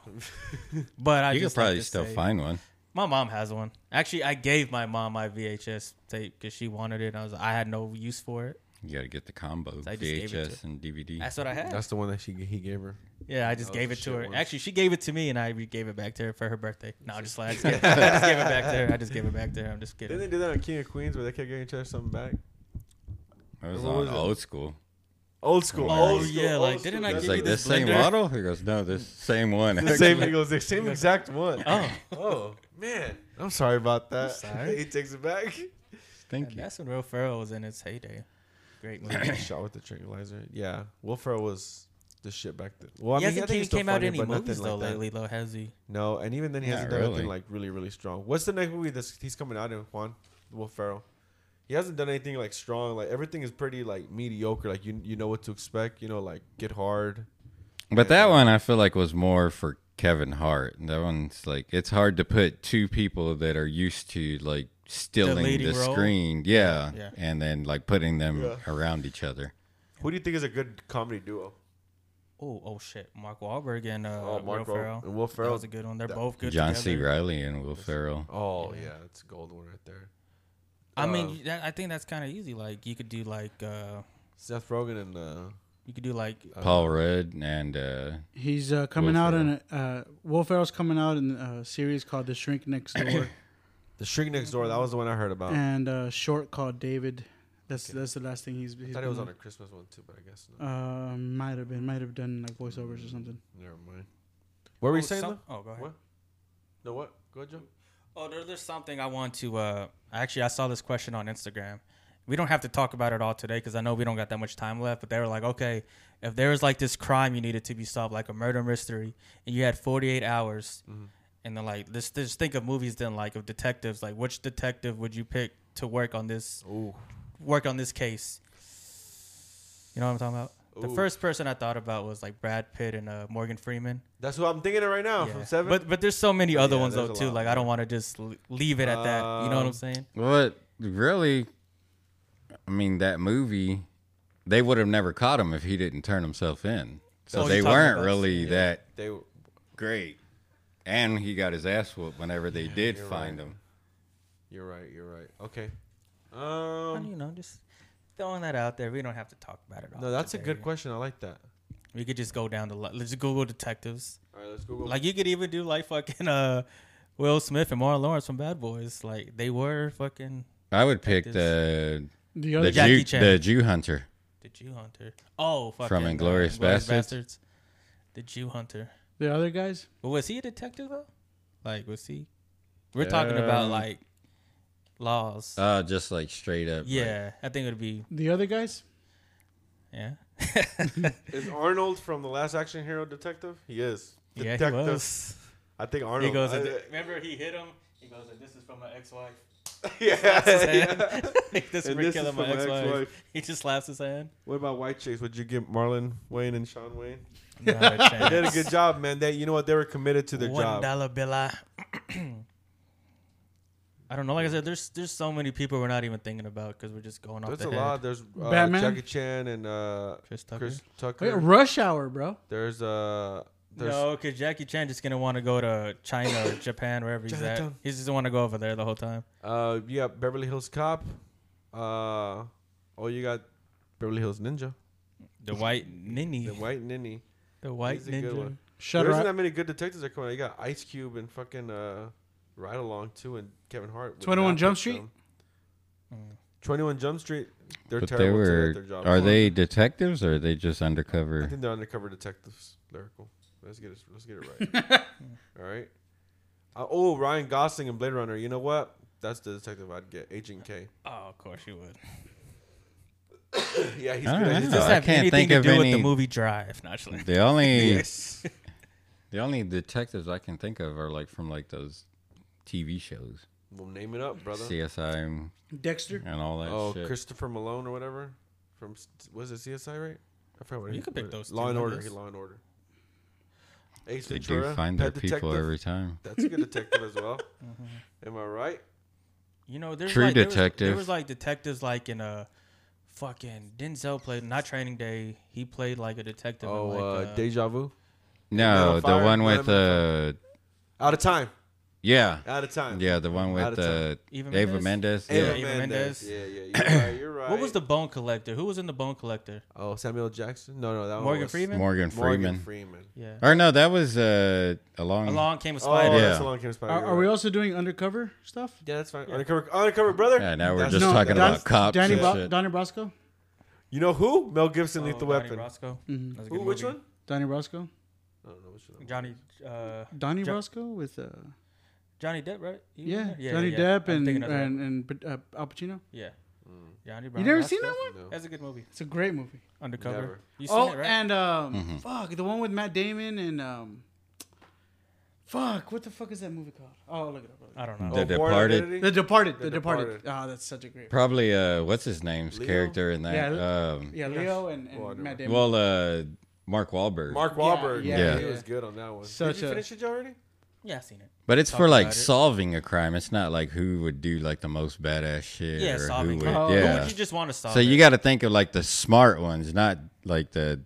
S1: but I
S4: you could
S1: just like
S4: probably
S1: to
S4: still
S1: say-
S4: find one.
S1: My mom has one. Actually, I gave my mom my VHS tape because she wanted it. And I was I had no use for it.
S4: You got to get the combo
S1: I just gave it to
S4: VHS and DVD.
S1: That's what I had.
S2: That's the one that she he gave her.
S1: Yeah, I just
S2: That
S1: gave it
S2: was
S1: to
S2: a
S1: her.
S2: shit one.
S1: Actually, she gave it to me, and I re- gave it back to her for her birthday. No, I'm just like I just, gave, I just gave it back to her. I just gave it back to her. I'm just
S2: Didn't they
S1: kidding.
S2: do that on King of Queens where they kept giving each other something back?
S4: That was
S2: What
S4: on
S2: was it?
S4: old school.
S2: Old school.
S4: Oh,
S2: old
S1: yeah,
S2: school,
S1: like,
S2: old
S1: didn't
S2: school.
S1: I
S2: That's
S4: It's
S1: give you
S2: what
S4: like
S1: the
S4: this same
S1: blender? Mm.
S4: model. He goes, no, this same one.
S2: The same. He goes, the same exact one.
S1: Oh,
S2: Oh man, I'm sorry about that.
S1: sorry.
S2: he takes it back.
S4: Thank you.
S1: that's when Will Ferrell was in its heyday. Great movie.
S2: Shot with the tranquilizer. Yeah, Will Ferrell was the shit back then. Well, I
S1: he
S2: mean, I
S1: hasn't
S2: think he's
S1: came,
S2: still
S1: came out
S2: funny,
S1: in any
S2: but nothing
S1: movies
S2: like
S1: though
S2: that.
S1: lately though, has he?
S2: No, and even then he
S4: Not
S2: hasn't done anything
S4: really.
S2: like really, really strong. What's the next movie that's he's coming out in? Juan Will Ferrell. He hasn't done anything like strong. Like everything is pretty like mediocre. Like you you know what to expect. You know like get hard.
S4: But that one I feel like was more for Kevin Hart. That one's like it's hard to put two people that are used to like stealing
S1: leading
S4: the,
S1: role?
S4: screen, yeah,
S1: Yeah.
S4: and then like putting them
S2: Yeah.
S4: around each other.
S2: Who do you think is a good comedy duo?
S1: Oh, oh shit, Mark Wahlberg and uh,
S2: Oh, Mark
S1: Will
S2: Wahl-
S1: Ferrell.
S2: and Will
S1: That
S2: Ferrell.
S1: was a good one. They're
S2: That-
S1: both good.
S4: John C.
S1: together.
S4: Riley and Will Ferrell.
S2: Oh yeah, it's a gold one right there.
S1: I
S2: Um,
S1: mean, that, I think that's kind of easy. Like you could do like uh,
S2: Seth Rogen and uh,
S1: you could do like
S4: Paul Rudd and uh,
S3: He's uh, coming
S4: Will
S3: out in a, uh, Will Ferrell's coming out in a series called The Shrink Next Door
S2: The Shrink Next Door. That was the one I heard
S4: Oh.
S2: about.
S3: and a short called David. That's that's the last thing he's. he's
S2: I thought
S3: been
S2: it was on a Christmas one too, but I guess not.
S3: Uh, might have been, might have done like voiceovers or something.
S2: Never mind. What were
S1: oh,
S2: you saying?
S1: some-
S2: though?
S1: oh, go ahead.
S2: What? No, what? Go ahead, Joe.
S1: Oh, there, there's something I want to. Uh, actually, I saw this question on Instagram. We don't have to talk about it all today because I know we don't got that much time left. But they were like, okay, if there was like this crime you needed to be solved, like a murder mystery, and you had 48 hours,
S2: Mm-hmm.
S1: and then like let's just think of movies. Then like of detectives, like which detective would you pick to work on this
S2: Ooh.
S1: work on this case? You know what I'm talking about. The
S2: Ooh.
S1: first person I thought about was like Brad Pitt and uh, Morgan Freeman.
S2: That's who I'm thinking of right now
S1: Yeah.
S2: from Seven.
S1: But but there's so many other
S2: yeah,
S1: ones though
S2: there's a
S1: too.
S2: lot,
S1: Like I don't want to just l- leave it at that. You know what I'm
S2: Um,
S1: saying?
S4: what really? I mean, that movie they would have never caught him if he didn't turn himself in. So
S1: Oh, you're
S4: they
S1: talking
S4: weren't
S1: about-
S4: really that
S2: they were.
S4: great. And he got his ass whooped whenever they did
S2: you're
S4: find
S2: right.
S4: him.
S2: You're right. You're right. Okay.
S1: And,
S2: Um.
S1: you know, just throwing that out there. We don't have to talk about it. All
S2: No, that's a
S1: today.
S2: good question. I like that.
S1: We could just go down to li- let's Google detectives.
S2: All right, let's Google.
S1: Like you could even do like fucking uh, Will Smith and Marlon Lawrence from Bad Boys. Like they were fucking
S4: I would pick
S1: Detectives.
S4: the
S3: The
S4: the
S3: other
S1: Jackie
S4: Jew,
S1: Chan.
S4: the Jew hunter.
S1: the Jew Hunter. Oh, fucking uh,
S4: Inglourious
S1: Inglourious
S4: Bastards?
S1: The Jew Hunter.
S3: the other guys.
S1: But was he a detective though? Like was he? We're talking about
S4: Um,
S1: like laws.
S4: Uh, just like straight up. like-
S1: yeah, I think it would be
S3: The other guys.
S1: yeah.
S2: Is Arnold from the Last Action Hero detective? He is.
S1: Yeah, he
S2: Detective.
S1: was.
S2: I think Arnold.
S1: He goes,
S2: I-
S1: and- remember he hit him. He goes, and this is from my ex-wife.
S2: yeah.
S1: His hand.
S2: yeah.
S1: this
S2: And
S1: Rick
S2: this
S1: Kelly,
S2: is
S1: my
S2: from my
S1: ex-wife.
S2: ex-wife.
S1: He just slaps his hand.
S2: What about White Chicks? Would you give Marlon Wayne and Sean Wayne?
S1: Not a
S2: They did a
S1: chance.
S2: good job, man. They, you know what? They were committed to their
S1: One
S2: job.
S1: dollar bill. I I don't know. Like I said, there's there's so many people we're not even thinking about because we're just going off
S2: There's
S1: the
S2: a
S1: head.
S2: lot. There's uh,
S3: Batman?
S2: Jackie Chan and uh,
S1: Chris Tucker.
S2: Chris
S3: Wait,
S2: Tucker.
S3: rush hour, bro.
S2: There's uh, there's
S1: no, because Jackie Chan just gonna want to go to China or Japan, wherever he's at.
S2: Chinatown.
S1: He's just want to go over there the whole time.
S2: Uh, you got Beverly Hills Cop. Uh, oh, you got Beverly Hills Ninja.
S1: The white ninny,
S2: The White Ninny.
S1: the white
S2: he's a good
S1: ninja.
S2: one.
S3: Shutter
S2: there isn't
S3: Island.
S2: that many good detectives that come out. You got Ice Cube and fucking uh, Ride Along too, and Kevin Hart. would
S3: 21
S2: not
S3: Jump
S2: pick
S3: Street?
S2: them.
S1: Mm.
S2: Twenty One Jump Street. They're
S4: But they
S2: terrible too at their
S4: were.
S2: job.
S4: Are
S2: Come on.
S4: they detectives or are they just
S2: I
S4: undercover?
S2: think they're undercover detectives. Lyrical. Let's get it. Let's get it right. All right. Uh, oh, Ryan Gosling and Blade Runner. You know what? That's the detective I'd get. Agent K.
S1: Oh, of course you would.
S2: yeah, he's
S4: I
S2: good.
S4: don't
S2: He's
S4: know.
S1: Does
S4: I
S1: that have
S4: can't
S1: anything
S4: think
S1: to
S4: of
S1: do with the
S4: any-
S1: movie Drive? Not actually.
S4: The only
S2: yes.
S4: the only detectives I can think of are like from like those TV shows,
S2: We'll name it up, brother.
S4: CSI and
S3: Dexter.
S4: and all that
S2: Oh,
S4: shit.
S2: Christopher Malone or whatever from s- was it CSI right? I forgot what
S1: You
S2: he-
S1: could pick
S2: what-
S1: those
S2: Law
S1: two,
S2: and
S1: I
S2: Order.
S1: guess.
S2: He Law and Order. Ace
S4: they
S2: Ventura,
S4: do find their
S2: Pet
S4: people
S2: Detective.
S4: every time.
S2: That's a good detective as well.
S1: Mm-hmm.
S2: Am I right?
S1: You know, there's
S4: True
S1: like, there was- There
S4: Detective.
S1: was, like detectives like in a fucking Denzel played not Training Day. He played like a detective. in,
S2: Oh,
S1: like, uh,
S2: uh, Deja Vu.
S4: No,
S2: on
S4: the
S2: Fire,
S4: one
S2: Man
S4: with
S2: on
S4: uh,
S2: Out of time.
S4: Yeah.
S2: Out of time.
S4: Yeah, the one
S2: Out
S4: with
S2: of time.
S4: uh,
S1: Eva
S4: Ava Mendes.
S1: Mendes?
S4: Yeah.
S2: Eva
S1: Eva
S2: Mendes.
S1: Mendes.
S2: Yeah, yeah. You're right. You're right.
S1: What was the Bone Collector? Who was in the Bone Collector?
S2: Oh, Samuel Jackson. No, no, that one
S1: Morgan
S2: was
S1: Freeman?
S4: Morgan Freeman.
S2: Morgan Freeman.
S1: Yeah.
S4: Or no, that was uh, along.
S1: Along came a
S2: Oh,
S1: spider.
S2: that's
S4: Yeah.
S2: a long time spider.
S3: Are,
S2: you're
S3: are we
S2: right.
S3: also doing undercover stuff?
S2: Yeah, that's fine. Undercover, undercover brother.
S4: Yeah, now we're
S2: That's-
S4: just
S2: No,
S4: talking
S2: that's-
S4: about cops
S3: Danny,
S4: and
S3: Bro-
S4: shit.
S3: Donnie Brasco.
S2: You know who? Mel Gibson,
S1: Oh,
S2: Lethal
S1: Donnie
S2: Weapon.
S1: Brasco.
S3: Mm-hmm.
S1: That's a
S2: Who?
S1: good
S2: Which
S1: movie.
S2: one?
S3: Donnie Brasco.
S2: I don't know which one.
S1: Johnny. Uh,
S3: Donnie
S1: Jo-
S3: Brasco with uh,
S1: Johnny Depp, right? He was in
S3: yeah,
S1: there? yeah
S3: Johnny
S1: yeah.
S3: Depp
S1: I'm
S3: and
S1: thinking of that.
S3: and, and uh, Al Pacino.
S1: yeah.
S2: Hmm.
S1: Johnny.
S3: You
S1: Brown
S3: never
S1: Brasco.
S3: seen that one?
S2: No.
S1: That's a good movie.
S3: It's a great movie.
S1: Undercover.
S2: Never.
S1: You seen
S3: Oh,
S1: it, right?
S3: and um,
S4: Mhm.
S3: fuck the one with Matt Damon and um, fuck what the fuck is that movie called? Oh, look it up. look it up.
S1: I don't know.
S4: The
S2: Oh, Born
S4: Departed.
S2: Identity?
S3: The Departed. The,
S2: The
S3: Departed.
S2: Departed.
S3: Ah, that's such a great.
S4: Probably uh, what's his name's
S2: Leo?
S4: character in that?
S3: Yeah.
S4: um,
S3: Yeah, Leo and, and
S2: Well, I don't
S3: Matt Damon.
S4: Well, uh, Mark Wahlberg.
S2: Mark Wahlberg.
S3: yeah,
S2: Yeah,
S4: Yeah.
S2: he
S3: yeah.
S2: was good on that one.
S3: Such
S2: Did you
S3: a-
S2: finish it already?
S3: Mm.
S1: yeah, I seen it.
S4: but it's
S1: Talk
S4: for like
S1: about it.
S4: solving a crime. It's not like who would do like the most badass shit.
S1: Yeah,
S4: or
S1: solving.
S4: Who
S1: crime.
S4: would,
S3: Oh.
S1: Who
S4: yeah.
S1: would you just want to solve?
S4: so you
S1: it?
S4: got to think of like the smart ones, not like the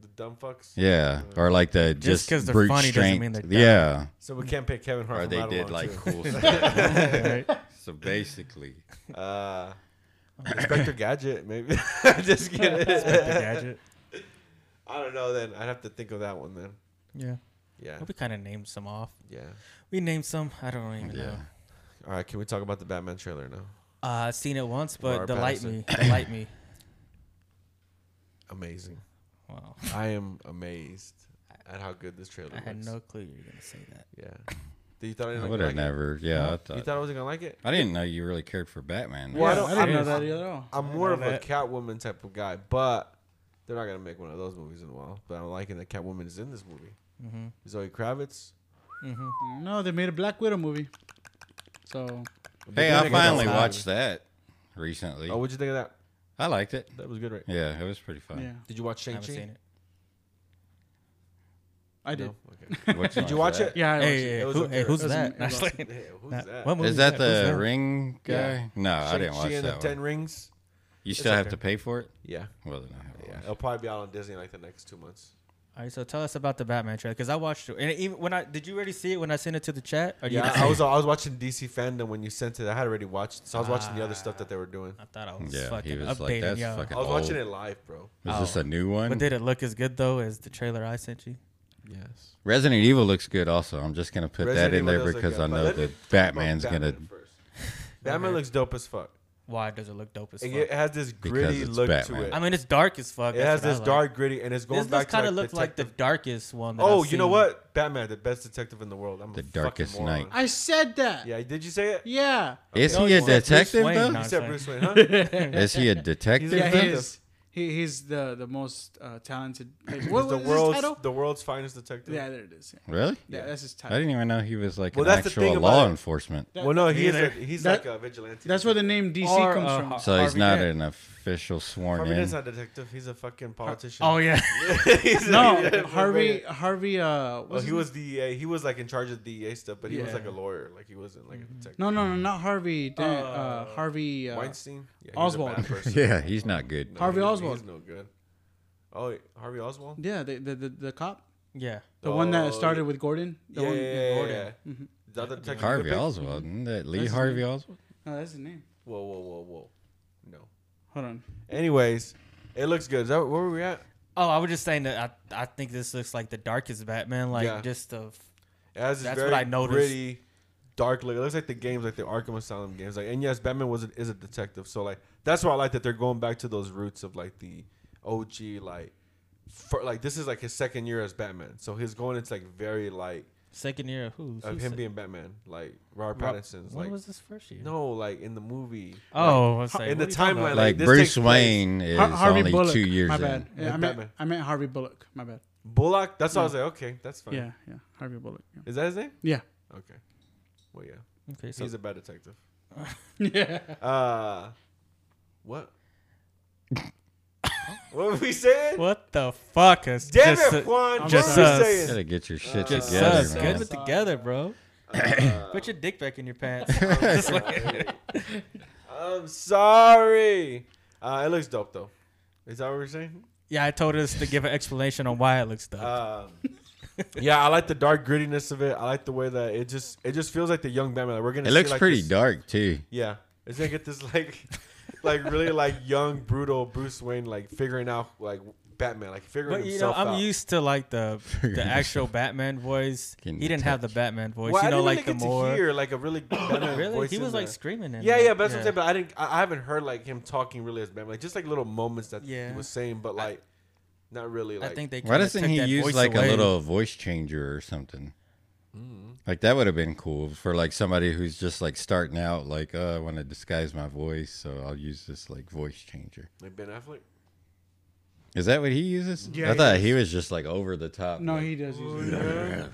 S2: The dumb fucks. Uh,
S4: yeah or like the
S1: Just
S4: just
S1: 'cause they're
S4: brute
S1: funny doesn't
S4: strength.
S1: mean they're dumb.
S4: yeah.
S2: So we can't pick Kevin Hart.
S4: Or
S2: from
S4: they
S2: Idle
S4: did
S2: One,
S4: like
S2: too.
S4: cool stuff. So basically,
S2: Uh, Inspector Gadget, maybe. Just kidding.
S1: the gadget.
S2: I don't know. Then I'd have to think of that one. Then.
S1: Yeah.
S2: Yeah.
S1: We kind of named some off.
S2: Yeah.
S1: We named some. I don't even know.
S4: yeah.
S2: All right. Can we talk about the Batman trailer now?
S1: Uh, I've seen it once,
S2: Laura
S1: but delight
S2: Patterson.
S1: me. Delight me.
S2: Amazing.
S1: Wow.
S2: I am amazed at how good this trailer.
S1: I had
S2: looks.
S1: no clue you were going to say that.
S2: Yeah. Did you thought I
S4: I
S2: didn't
S4: would
S2: like
S4: have
S2: it?
S4: never. Yeah, I
S2: You
S4: thought.
S2: thought I wasn't gonna like it?
S4: I didn't know you really cared for Batman.
S2: Well, I
S3: Yeah,
S2: don't-
S3: I, didn't
S2: I'm-
S3: know that either at all.
S2: I'm more of
S1: know
S2: a
S1: that.
S2: Catwoman type of guy, but they're not gonna make one of those movies in a while. But I'm liking that Catwoman is in this movie. Zoe Kravitz.
S3: No, they made a Black Widow movie. So
S4: Hey, I
S2: Beginning of
S4: finally
S2: Batman.
S4: watched that recently.
S2: Oh, what'd you think of that?
S4: I liked it.
S2: That was good, right?
S4: Yeah, it was pretty fun.
S3: yeah,
S2: Did you
S1: I
S2: watch Shang
S1: haven't seen
S2: Chi?
S1: it.
S3: I did.
S2: No. Okay.
S4: What
S2: Did you watch it?
S3: Yeah, I watched
S1: Hey,
S3: it.
S1: hey,
S2: It was
S1: who,
S2: okay.
S1: hey, who's
S3: It was
S1: that?
S3: am- it was
S1: Not like-
S2: Hey, who's
S1: not-
S2: that?
S1: what movie
S4: Is that
S1: Who's
S4: the ring guy?
S2: Yeah.
S4: No, I didn't
S2: Shang-Chi
S4: watch
S2: and
S4: that
S2: the Ten
S4: one.
S2: Rings.
S4: You
S2: It's
S4: still have
S2: okay.
S4: to pay for it.
S2: Yeah.
S4: Well, then I haven't
S2: Yeah.
S4: watched it.
S2: It'll probably be out on Disney like the next two months.
S1: All right, so tell us about the Batman trailer because I watched it, and even when I did, you already see it when I sent it to the chat? Or you
S2: Yeah,
S1: didn't see
S2: I
S1: it?
S2: was I was watching DC fandom when you sent it. I had already watched, so I was watching the other stuff that they were doing.
S1: I thought I was
S4: Yeah,
S1: fucking
S4: he was like,
S1: updating
S4: "That's
S1: y'all.
S4: fucking
S2: I was
S4: old."
S2: watching it live, bro.
S4: Is this a new one?
S1: But did it look as good though as the trailer I sent you?
S2: Yes.
S4: Resident Evil looks good. Also, I'm just gonna put that in there because I know that Batman's gonna.
S2: Batman looks dope as fuck.
S1: Why does it look dope as
S2: It,
S1: fuck?
S2: it has this gritty
S4: it's
S2: look
S4: Batman.
S2: to it.
S1: I mean, it's dark as fuck.
S2: it
S1: that's
S2: has
S1: what I
S2: this
S1: like.
S2: dark gritty, and it's going
S1: This does
S2: back to
S1: kind
S2: like
S1: of look like the
S2: detective-
S1: darkest one. That
S2: Oh,
S1: I've
S2: you know
S1: seen.
S2: what? Batman, the best detective in the world. I'm
S4: The
S2: a
S4: Darkest
S2: fucking moron.
S4: Knight.
S3: I said that. Yeah.
S2: Yeah, did you say it?
S4: Is
S1: No,
S4: he
S1: you
S4: a
S1: said Bruce
S4: detective
S1: Wayne,
S4: though?
S1: no.
S2: You
S1: I'm
S2: said
S1: saying-
S2: Bruce Wayne, huh?
S4: Is he a detective?
S3: Yeah, he
S2: Detective.
S3: is. He, he's the the most uh, talented. Like,
S2: He's
S3: what
S2: the
S3: was his
S2: world's
S3: title?
S2: the world's finest detective.
S3: Yeah, there it is. Yeah,
S4: really?
S3: Yeah, that's his
S4: I
S3: title.
S4: didn't even know he was like
S2: Well,
S4: an
S2: that's the thing
S4: actual
S2: about
S4: law
S2: it.
S4: enforcement.
S2: Well, no, he's
S1: Neither.
S2: a, he's
S3: That-
S2: like a vigilante.
S3: That's where the name DC
S1: Or,
S3: comes
S1: uh,
S3: from.
S1: Har-
S4: So he's
S1: Harvey
S4: not
S1: Dent.
S4: an official sworn
S2: Harvey
S4: in.
S2: Dent's not a detective. He's a fucking politician.
S1: Oh yeah,
S2: He's a- he's
S3: no,
S2: a-
S3: Harvey. Harvey. Uh, what's
S2: Well, Oh,
S3: his
S2: he
S3: name?
S2: was DEA. He was like in charge of DEA stuff, but he was
S1: Yeah.
S2: like a lawyer. Like he wasn't like a detective.
S3: No, no, no, not Harvey. Dent, uh,
S1: Uh,
S3: Harvey. Uh,
S2: Weinstein. Yeah, he was a
S3: Oswald.
S2: bad person.
S4: yeah, he's not good.
S2: No,
S3: Harvey
S2: he's-
S3: Oswald.
S2: He's no good. Oh, wait, Harvey Oswald.
S3: yeah, the, the the the cop,
S1: yeah.
S3: the one
S2: Oh,
S3: that started with Gordon. The
S2: Yeah,
S3: one, Mm-hmm.
S2: yeah, yeah, yeah,
S1: Gordon.
S2: yeah. The other detective you
S4: Harvey
S2: picked?
S4: Oswald, isn't that Lee
S3: That's his
S4: Harvey Oswald?
S3: No, that's his name.
S2: Whoa, whoa, whoa, whoa. No.
S3: Hold on.
S2: Anyways, it looks good. Is that where were we at?
S1: Oh, I was just saying that I I think this looks like the darkest Batman, like
S2: Yeah.
S1: just the f-
S2: It has this
S1: That's
S2: very
S1: what I noticed.
S2: gritty, dark look. It looks like the games, like the Arkham Asylum games. Like, and yes, Batman was a, is a detective, so like that's why I like that they're going back to those roots of like the OG, like for, like this is like his second year as Batman, so he's going into like very like
S1: second year of who's
S2: of
S1: who's
S2: him
S1: sec-
S2: being Batman, like Robert
S1: Rob-
S2: Pattinson's
S1: When
S2: like
S1: was this first year?
S2: no, like in the movie.
S1: Oh, I was like, what
S2: in the
S1: are you talking
S2: timeline,
S1: about?
S2: like,
S4: Like
S2: this takes
S4: Bruce
S2: place-
S4: Wayne is
S3: Har- Harvey
S4: only
S3: Bullock.
S4: two years
S3: My
S4: in.
S3: bad. Yeah, I
S2: With
S3: meant
S2: Batman.
S3: I meant Harvey Bullock. My bad.
S2: Bullock. That's why I was like, okay, that's fine.
S3: Yeah, yeah, Harvey Bullock. Yeah.
S2: Is that his name?
S3: Yeah.
S2: Okay. Well, yeah,
S1: Okay, so
S2: he's a bad detective.
S3: Yeah.
S2: Uh, what? what were we saying?
S1: what the fuck is
S2: Damn
S1: just,
S2: it, Juan.
S1: just
S2: what were
S1: us.
S2: we saying?
S4: Gotta get your shit
S1: just
S4: together,
S1: Uh, sus.
S4: man.
S1: Get it together, bro. Put your dick back in your pants.
S2: I'm sorry. Uh, it looks dope though. Is that what we're saying?
S1: yeah, I told us to give an explanation on why it looks dope.
S2: Um, yeah, I like the dark grittiness of it. I like the way that it just it just feels like the young Batman. Like we're gonna.
S4: It
S2: see,
S4: looks
S2: like,
S4: pretty
S2: this-
S4: dark too.
S2: Yeah, it's gonna get this like, like really like young brutal Bruce Wayne like figuring out like Batman like figuring
S1: But you know,
S2: himself
S1: I'm
S2: out.
S1: used to like the the actual Batman voice. He
S4: Getting
S1: didn't have the
S4: touched.
S1: Batman voice.
S2: well, I
S1: you know,
S2: didn't
S1: like
S2: really
S1: the
S2: get
S1: more
S2: to hear like a really Batman
S1: really,
S2: voice
S1: he
S2: in
S1: was like
S2: there.
S1: screaming. In
S2: Yeah,
S1: there.
S2: yeah, but that's what I'm saying. But I didn't, I I haven't heard like him talking really as Batman. Like just like little moments that
S1: Yeah.
S2: he was saying, but like not really. Like,
S1: I think they.
S4: Why
S1: kinda
S4: doesn't
S1: took
S4: he
S1: that voice
S4: use like
S1: away.
S4: a little voice changer or something? Like that would have been cool for like somebody who's just like starting out. Like, oh, I want to disguise my voice, so I'll use this like voice changer.
S2: like Ben Affleck.
S4: Is that what he uses?
S3: Yeah,
S4: I
S3: he
S4: thought
S3: does.
S4: he was just like over the top.
S3: No,
S4: like,
S3: he does
S2: Oh,
S3: use it.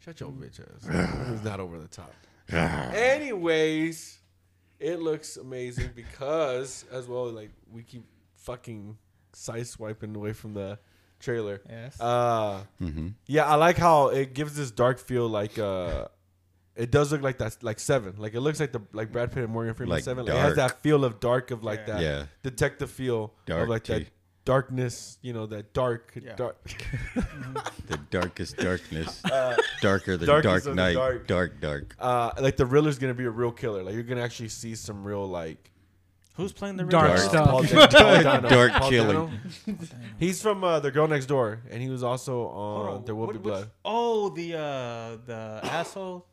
S2: Shut your bitch ass. He's not over the top. Anyways, it looks amazing because as well like we keep fucking side swiping away from the trailer.
S1: Yes.
S2: Uh
S4: Mm-hmm.
S2: yeah, I like how it gives this dark feel like uh it does look like that's like seven. Like it looks like the like Brad Pitt and Morgan Freeman
S4: Like
S2: seven. Like it has
S4: dark.
S2: that feel of dark of like that
S4: Yeah.
S2: detective feel
S4: Dark
S2: of like that
S4: tea.
S2: darkness, you know, that dark
S1: Yeah.
S2: dark
S4: the darkest darkness, darker than
S2: darkest
S4: dark
S2: of the
S4: night,
S2: dark.
S4: dark, dark, dark.
S2: uh like the Riddler's gonna be a real killer. Like you're gonna actually see some real like uh,
S1: Who's playing the
S3: Dark
S1: Riddler?
S3: stuff.
S2: Paul Dan- Paul Dano.
S4: Dark
S2: Paul
S4: killing.
S2: Dano. He's from uh, the girl next door, and he was also on
S1: Hold on,
S2: There Will
S1: what-
S2: Be
S1: which-
S2: Blood.
S1: Oh, the uh, the asshole,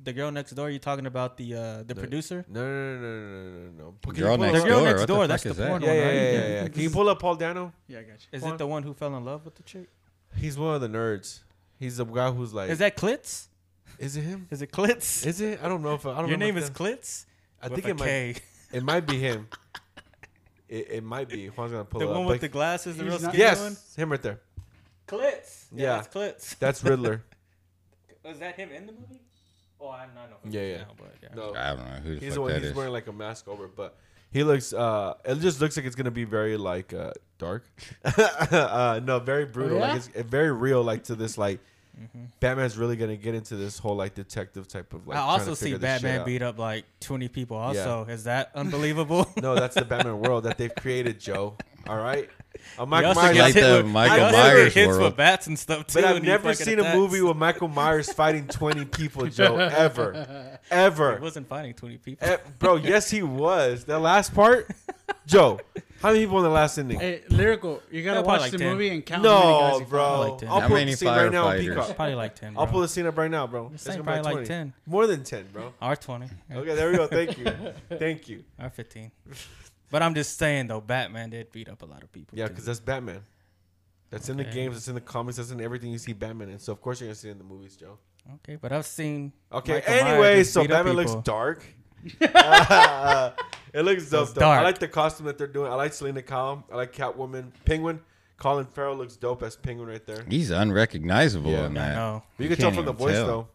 S1: the girl next door. You talking about the uh, the producer?
S2: No, no, no, no, no, no, no, no. But can
S4: Girl
S2: you pull
S4: next
S2: up-
S1: The girl
S4: Door,
S1: next
S4: what the
S1: door.
S4: fuck
S1: that's the
S4: is that?
S1: porn
S2: Yeah,
S1: one.
S2: yeah,
S1: right?
S2: yeah, yeah, yeah. Can you pull up Paul Dano?
S3: Yeah, I got you.
S1: Is it the one who fell in love with the chick?
S2: He's one of the nerds. He's the guy who's like.
S1: Is that Klitz?
S2: Is it him?
S1: Is it Klitz?
S2: Is it? I don't know if I, I don't.
S1: Your
S2: remember
S1: name
S2: if
S1: is
S2: that-
S1: Klitz.
S2: I
S1: With
S2: think
S1: a
S2: it might.
S1: K.
S2: It might be him. It, it might be. Juan's gonna pull
S1: The
S2: it up.
S1: one with the
S2: but-
S1: glasses, the
S3: He's
S1: real
S3: not-
S1: skinny
S2: yes,
S1: one.
S2: him right there.
S1: Klitz.
S2: Yeah.
S1: it's Klitz.
S2: That's Riddler.
S1: Was that him in the movie? Oh, I'm not know. who
S2: Yeah,
S1: it is
S2: yeah.
S1: Now, but yeah.
S2: no,
S4: I don't know who
S2: He's
S4: the
S2: the
S4: fuck
S2: one.
S4: that
S2: He's
S4: is.
S2: wearing like a mask over, but he looks. uh It just looks like it's gonna be very like uh dark. uh No,
S1: Oh,
S2: very brutal.
S3: yeah?
S2: Like it's uh, very real. Like to this like. Batman's really gonna get into this whole like detective type of like.
S1: Mm-hmm. I
S2: trying
S1: also
S2: to
S1: see
S2: figure this shit
S1: Batman
S2: out.
S1: beat up like 20 people. Also, is that unbelievable?
S2: No, that's the Batman world that they've created, Joe. All right, Uh,
S1: He
S2: Mike
S1: also
S2: Myers.
S1: gets
S4: Like
S1: hit
S4: the
S1: with-
S4: Michael
S1: he also
S4: Myers
S1: gets hits with
S4: world.
S1: bats and stuff too.
S2: But I've
S1: and he
S2: never
S1: fucking
S2: seen
S1: attacks.
S2: a movie with Michael Myers fighting twenty people, Joe. Ever, ever.
S1: He wasn't fighting 20 people.
S2: Eh, bro, yes, he was. That last part, Joe. How many people in the last ending?
S3: Hey, lyrical, you gotta
S1: Yeah, probably
S3: watch
S1: like
S3: the
S1: 10.
S3: movie and count. how many guys
S2: No,
S3: he
S2: bro.
S3: fought.
S1: Probably like 10.
S2: I'll pull
S4: How
S2: up
S4: many
S2: the scene right now on
S4: firefighters?
S2: Peacock.
S1: Probably like 10.
S2: I'll
S1: bro.
S2: pull the scene up right now, bro. It's
S1: saying
S2: gonna
S1: probably
S2: be
S1: like
S2: 20.
S1: 10.
S2: More than ten, bro.
S1: R twenty.
S2: Okay, there we go. Thank you, thank you.
S1: R fifteen. But I'm just saying though, Batman did beat up a lot of people.
S2: Yeah,
S1: too.
S2: because that's Batman. That's in the
S1: Okay.
S2: games. That's in the comics. That's in everything you see Batman in. So of course you're gonna see it in the movies, Joe.
S1: okay. But I've seen.
S2: Okay.
S1: Michael Myers
S2: anyway,
S1: just
S2: so
S1: beat up
S2: Batman looks
S1: people.
S2: dark. Uh, it looks dope.
S1: It's
S2: Though. I
S1: dark.
S2: like the costume that they're doing. I like Selena Kyle. I like Catwoman. Penguin. Colin Farrell looks dope as Penguin right there.
S4: He's unrecognizable
S2: Yeah.
S4: in
S1: I
S4: that.
S1: know.
S2: But you
S4: You
S2: can tell
S4: can't
S2: from the
S4: even
S2: voice
S4: tell.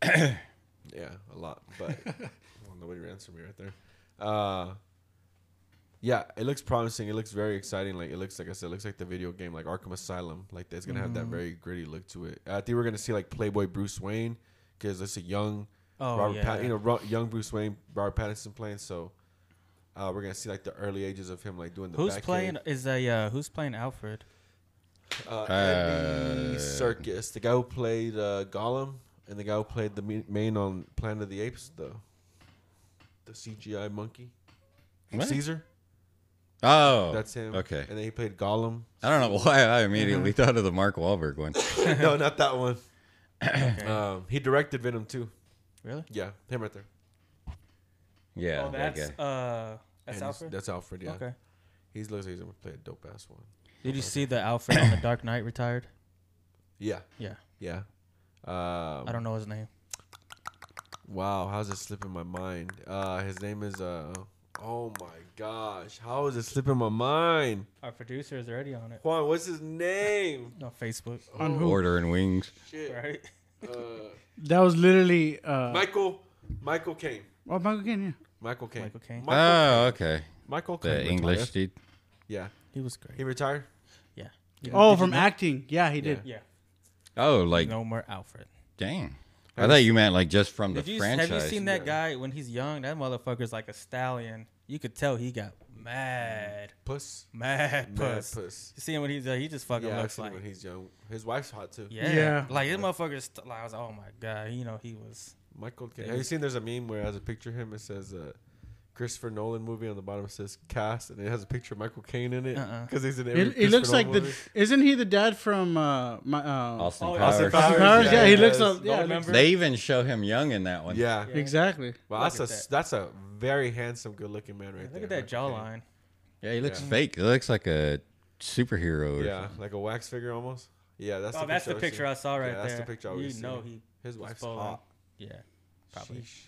S2: though. yeah, a lot. But well, nobody answered me right there. Uh, yeah, it looks promising. It looks very exciting. Like it looks like I said, it looks like the video game, like Arkham Asylum. Like it's gonna have
S1: Mm-hmm.
S2: that very gritty look to it. I think we're gonna see like Playboy Bruce Wayne because it's a young
S1: Oh,
S2: Robert,
S1: yeah.
S2: Pat- you know, Ro- young Bruce Wayne, Robert Pattinson playing. So uh, we're gonna see like the early ages of him, like doing the
S1: Who's
S2: Batcave.
S1: playing? Is a uh, who's playing Alfred?
S2: uh, Andy Circus, the guy who played uh, Gollum, and the guy who played the me- main on Planet of the Apes, the the CGI monkey
S4: What?
S2: Caesar.
S4: Oh,
S2: That's him. Uh-huh.
S4: Okay,
S2: And then he played Gollum.
S4: I don't know why I immediately thought of the Mark Wahlberg one.
S2: no, not that one. um, he directed Venom too.
S1: Really?
S2: Yeah, him right there.
S4: Yeah,
S1: oh,
S4: that
S1: that's
S4: guy.
S1: uh, that's
S2: And he's-
S1: Alfred.
S2: That's Alfred. Yeah.
S1: Okay.
S2: He looks like he's gonna play a dope ass one.
S1: Did you see the Alfred on the Dark Knight retired?
S2: Yeah.
S1: Yeah.
S2: Yeah. Um,
S1: I don't know his name.
S2: Wow, how's it slipping my mind? Uh, his name is uh. Oh my gosh, how is it slipping my mind?
S1: Our producer is already on it
S2: Juan, what's his name?
S1: on Facebook,
S3: On who?
S4: Order and Wings.
S2: Shit.
S1: right?
S2: Uh,
S3: That was literally. Uh,
S2: Michael. Michael Kane.
S3: oh, Michael Caine, yeah.
S2: Michael Kane.
S1: Michael Caine.
S2: Michael,
S4: Oh, okay.
S2: Michael Caine
S4: The
S2: retired.
S4: English dude.
S2: Yeah.
S1: He was
S2: He
S1: great.
S2: retired.
S1: Yeah.
S3: Oh, from acting. Yeah, he did.
S1: Yeah.
S4: Oh, like
S1: No more Alfred.
S4: dang. I thought you meant like just from the
S1: Did you,
S4: franchise.
S1: have you seen that guy when he's young? That motherfucker's like a stallion. You could tell he got mad,
S2: Puss.
S1: mad
S2: Mad
S1: puss.
S2: puss.
S1: You see him when he's uh, he just fucking
S2: Yeah, I've
S1: looks
S2: seen him
S1: like
S2: when he's young. His wife's hot too.
S1: yeah.
S3: Yeah.
S1: like this motherfucker's st- like I was like, oh my god, you know he was
S2: Michael. Caine.
S1: Yeah.
S2: Have you seen? There's a meme where it has a picture of him. It says uh, Christopher Nolan movie on the bottom. It says cast, and it has a picture of Michael Caine in it
S1: Uh-uh.
S2: because he's in every.
S3: It, it looks
S2: Christopher
S3: like
S2: Nolan
S3: the.
S2: movie.
S3: Isn't he the dad from uh, my? Uh,
S4: Austin
S1: Oh,
S4: Powers.
S1: Austin
S3: Austin Powers? Yeah, he looks up. Yeah,
S1: Don't
S3: it looks-
S1: remember.
S4: They even show him young in that one.
S2: Yeah.
S1: Yeah.
S3: exactly.
S2: Well,
S1: Look
S2: that's a
S1: at
S2: s-
S1: that.
S2: that's a very handsome, good-looking man right
S1: look at
S2: there.
S1: that
S2: Michael Caine.
S1: jawline.
S4: Yeah, he looks
S2: Yeah.
S4: fake. He looks like a superhero. Or
S2: Yeah, like a wax figure almost. Yeah, that's
S1: Oh,
S2: the
S1: that's
S2: picture
S1: the picture I saw right
S2: yeah,
S1: there.
S2: that's the picture I
S1: You
S2: always see.
S1: know he
S2: His
S1: was
S2: wife's
S1: bowling.
S2: hot.
S1: yeah probably
S2: Sheesh.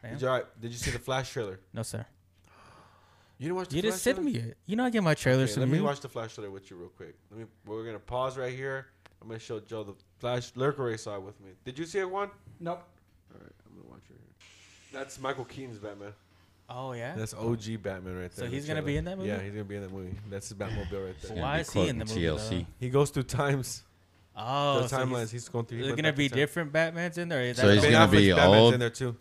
S1: Damn.
S2: Did you, all right, did you see the Flash trailer?
S1: no sir.
S2: You didn't watch the
S1: You
S2: Flash
S1: didn't send
S2: trailer?
S1: me it. You know I get my trailers
S2: Okay,
S1: from
S2: let me
S1: you.
S2: watch the Flash trailer with you real quick. Let me. We're gonna pause right here. I'm gonna show Joe the Flash. Lurk already saw it with me. Did you see it, Juan?
S3: Nope.
S2: All right, I'm gonna watch right here. That's Michael Keaton's Batman.
S1: oh yeah.
S2: That's OG Batman right there.
S1: So
S2: the
S1: he's gonna be
S2: trailer.
S1: in that movie?
S2: Yeah, he's gonna be in that movie. That's his Batmobile right
S4: It's
S2: there.
S4: gonna
S1: Why
S4: be
S1: is he in the
S4: quoting
S1: movie,
S4: TLC?
S2: He goes through times.
S1: Oh,
S2: the
S1: so
S2: timelines.
S1: he's-
S2: He's, going through. he
S1: There's
S2: went
S1: gonna
S2: back
S1: be
S2: in time.
S1: different Batmans in there. Is
S4: So
S1: that
S4: he's
S1: the-
S2: Ben
S4: gonna be
S2: Affleck's Batman's
S4: old?
S2: in there too.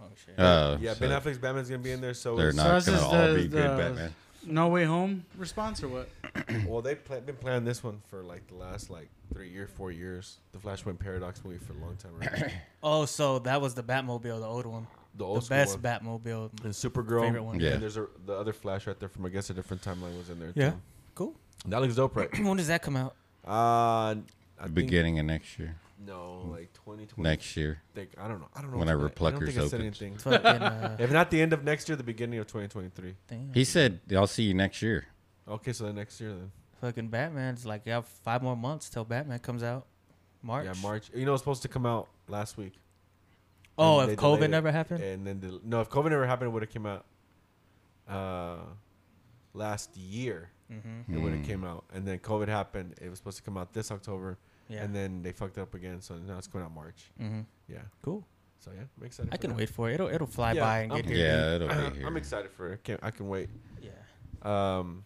S1: Oh, shit.
S4: Oh,
S2: yeah,
S4: so
S2: Ben Affleck's Batman's gonna be in there. So
S4: They're
S2: is-
S3: So
S4: not
S3: that's
S4: gonna
S3: just
S4: all
S3: the-
S4: be good
S3: the-
S4: Batman.
S3: No way home response or what?
S2: Well, they've pla- been planning this one for like the last like three year, four years. The Flashpoint Paradox movie for a long time. Right?
S1: Oh, so that was the Batmobile, the old one,
S2: The
S1: the
S2: old school
S1: best
S2: one.
S1: Batmobile.
S2: and Supergirl.
S1: Favorite one.
S4: Yeah.
S2: And there's a, the other Flash right there from I guess a different timeline was in there.
S1: Yeah.
S2: Too.
S1: Cool.
S2: That looks dope, right?
S1: when does that come out?
S2: Uh, I think-
S4: Beginning of next year.
S2: No, like 2020.
S4: Next year.
S2: Think, I don't know. I don't know.
S4: Whenever
S2: if I- I don't
S4: Pluckers
S2: think I said
S4: opens.
S2: anything.
S1: Fucking, uh,
S2: If not the end of next year, the beginning of 2023.
S1: damn.
S4: He said, "I'll see you next year."
S2: Okay, so then next year then.
S1: fucking Batman's like, yeah, five more months till Batman comes out. March.
S2: Yeah, March. You know, it's supposed to come out last week.
S1: Oh,
S2: And
S1: if
S2: they delayed
S1: COVID
S2: it.
S1: never happened.
S2: And then the, no, if COVID never happened, it would have came out uh, last year.
S1: Mm-hmm.
S2: It
S4: Hmm.
S2: would
S1: Hmm.
S2: have came out, and then COVID happened. It was supposed to come out this October,
S1: Yeah.
S2: and then they fucked it up again. So now it's coming out March.
S1: hmm
S2: Yeah.
S1: Cool.
S2: So yeah, I'm excited.
S1: I
S2: for
S1: can
S2: that.
S1: wait for it. It'll it'll fly
S2: Yeah,
S1: by and
S2: I'm-
S1: get here.
S4: Yeah, it'll be here.
S2: Uh-huh. I'm excited for it. Can't, I can wait.
S1: Yeah.
S2: Um,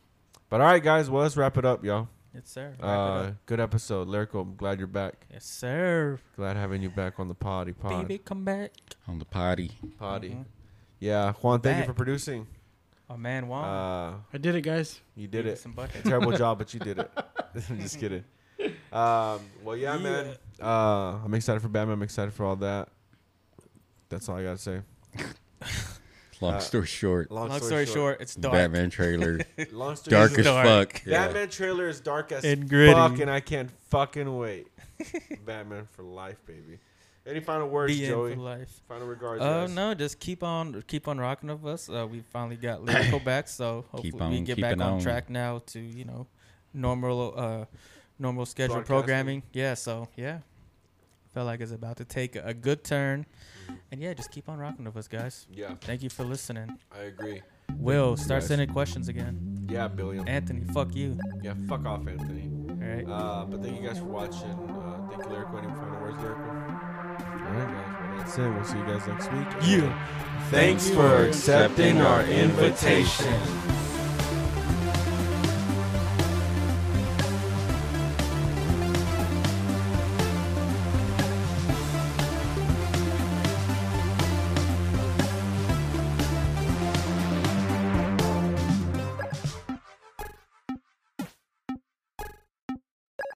S2: but all right, guys. Well, let's wrap it up, y'all.
S1: Yes, sir. Wrap it
S2: Uh,
S1: up.
S2: good episode, Lyrical. I'm glad you're back.
S1: Yes, sir.
S2: Glad having you back on the potty pod.
S1: Baby, come back.
S4: On the potty.
S2: Potty.
S1: Mhm.
S2: Yeah, Juan. Thank you
S1: Back.
S2: for producing.
S1: Oh man, wow.
S2: Uh,
S3: I did it, guys.
S2: you did it.
S1: Some buckets.
S2: terrible job, but you did it. I'm just kidding. Um, well, yeah, man. Uh, I'm excited for Batman. I'm excited for all that. That's all I gotta say.
S4: Long
S2: Uh,
S4: story short,
S1: Long story short, it's dark.
S4: Batman trailer
S2: long story
S4: dark
S2: short,
S4: as
S1: dark.
S4: fuck.
S2: Batman trailer is dark as
S1: And gritty.
S2: fuck, and I can't fucking wait. Batman for life, baby. Any final words,
S1: Be in
S2: Joey?
S1: for life.
S2: Final regards.
S1: Oh
S2: guys.
S1: no, just keep on keep on rocking with us. Uh, we finally got lyrical back, so hopefully
S4: Keep on
S1: we get back on,
S4: keeping on.
S1: track now to you know normal uh normal schedule
S2: Broadcasting.
S1: programming. Yeah, so yeah, felt like it's about to take a good turn, and yeah, just keep on rocking with us, guys.
S2: Yeah,
S1: Thank you for listening.
S2: I agree.
S1: Will start
S2: guys.
S1: sending questions again.
S2: Yeah, billion.
S1: Anthony, fuck you.
S2: Yeah, fuck off, Anthony.
S1: All right.
S2: Uh, but thank you guys for watching. Uh, thank you, Lyrical. Any final words, Lyrical? All right, guys. Well, that's it. We'll see you guys next week.
S1: Yeah.
S2: Thanks for accepting our invitation.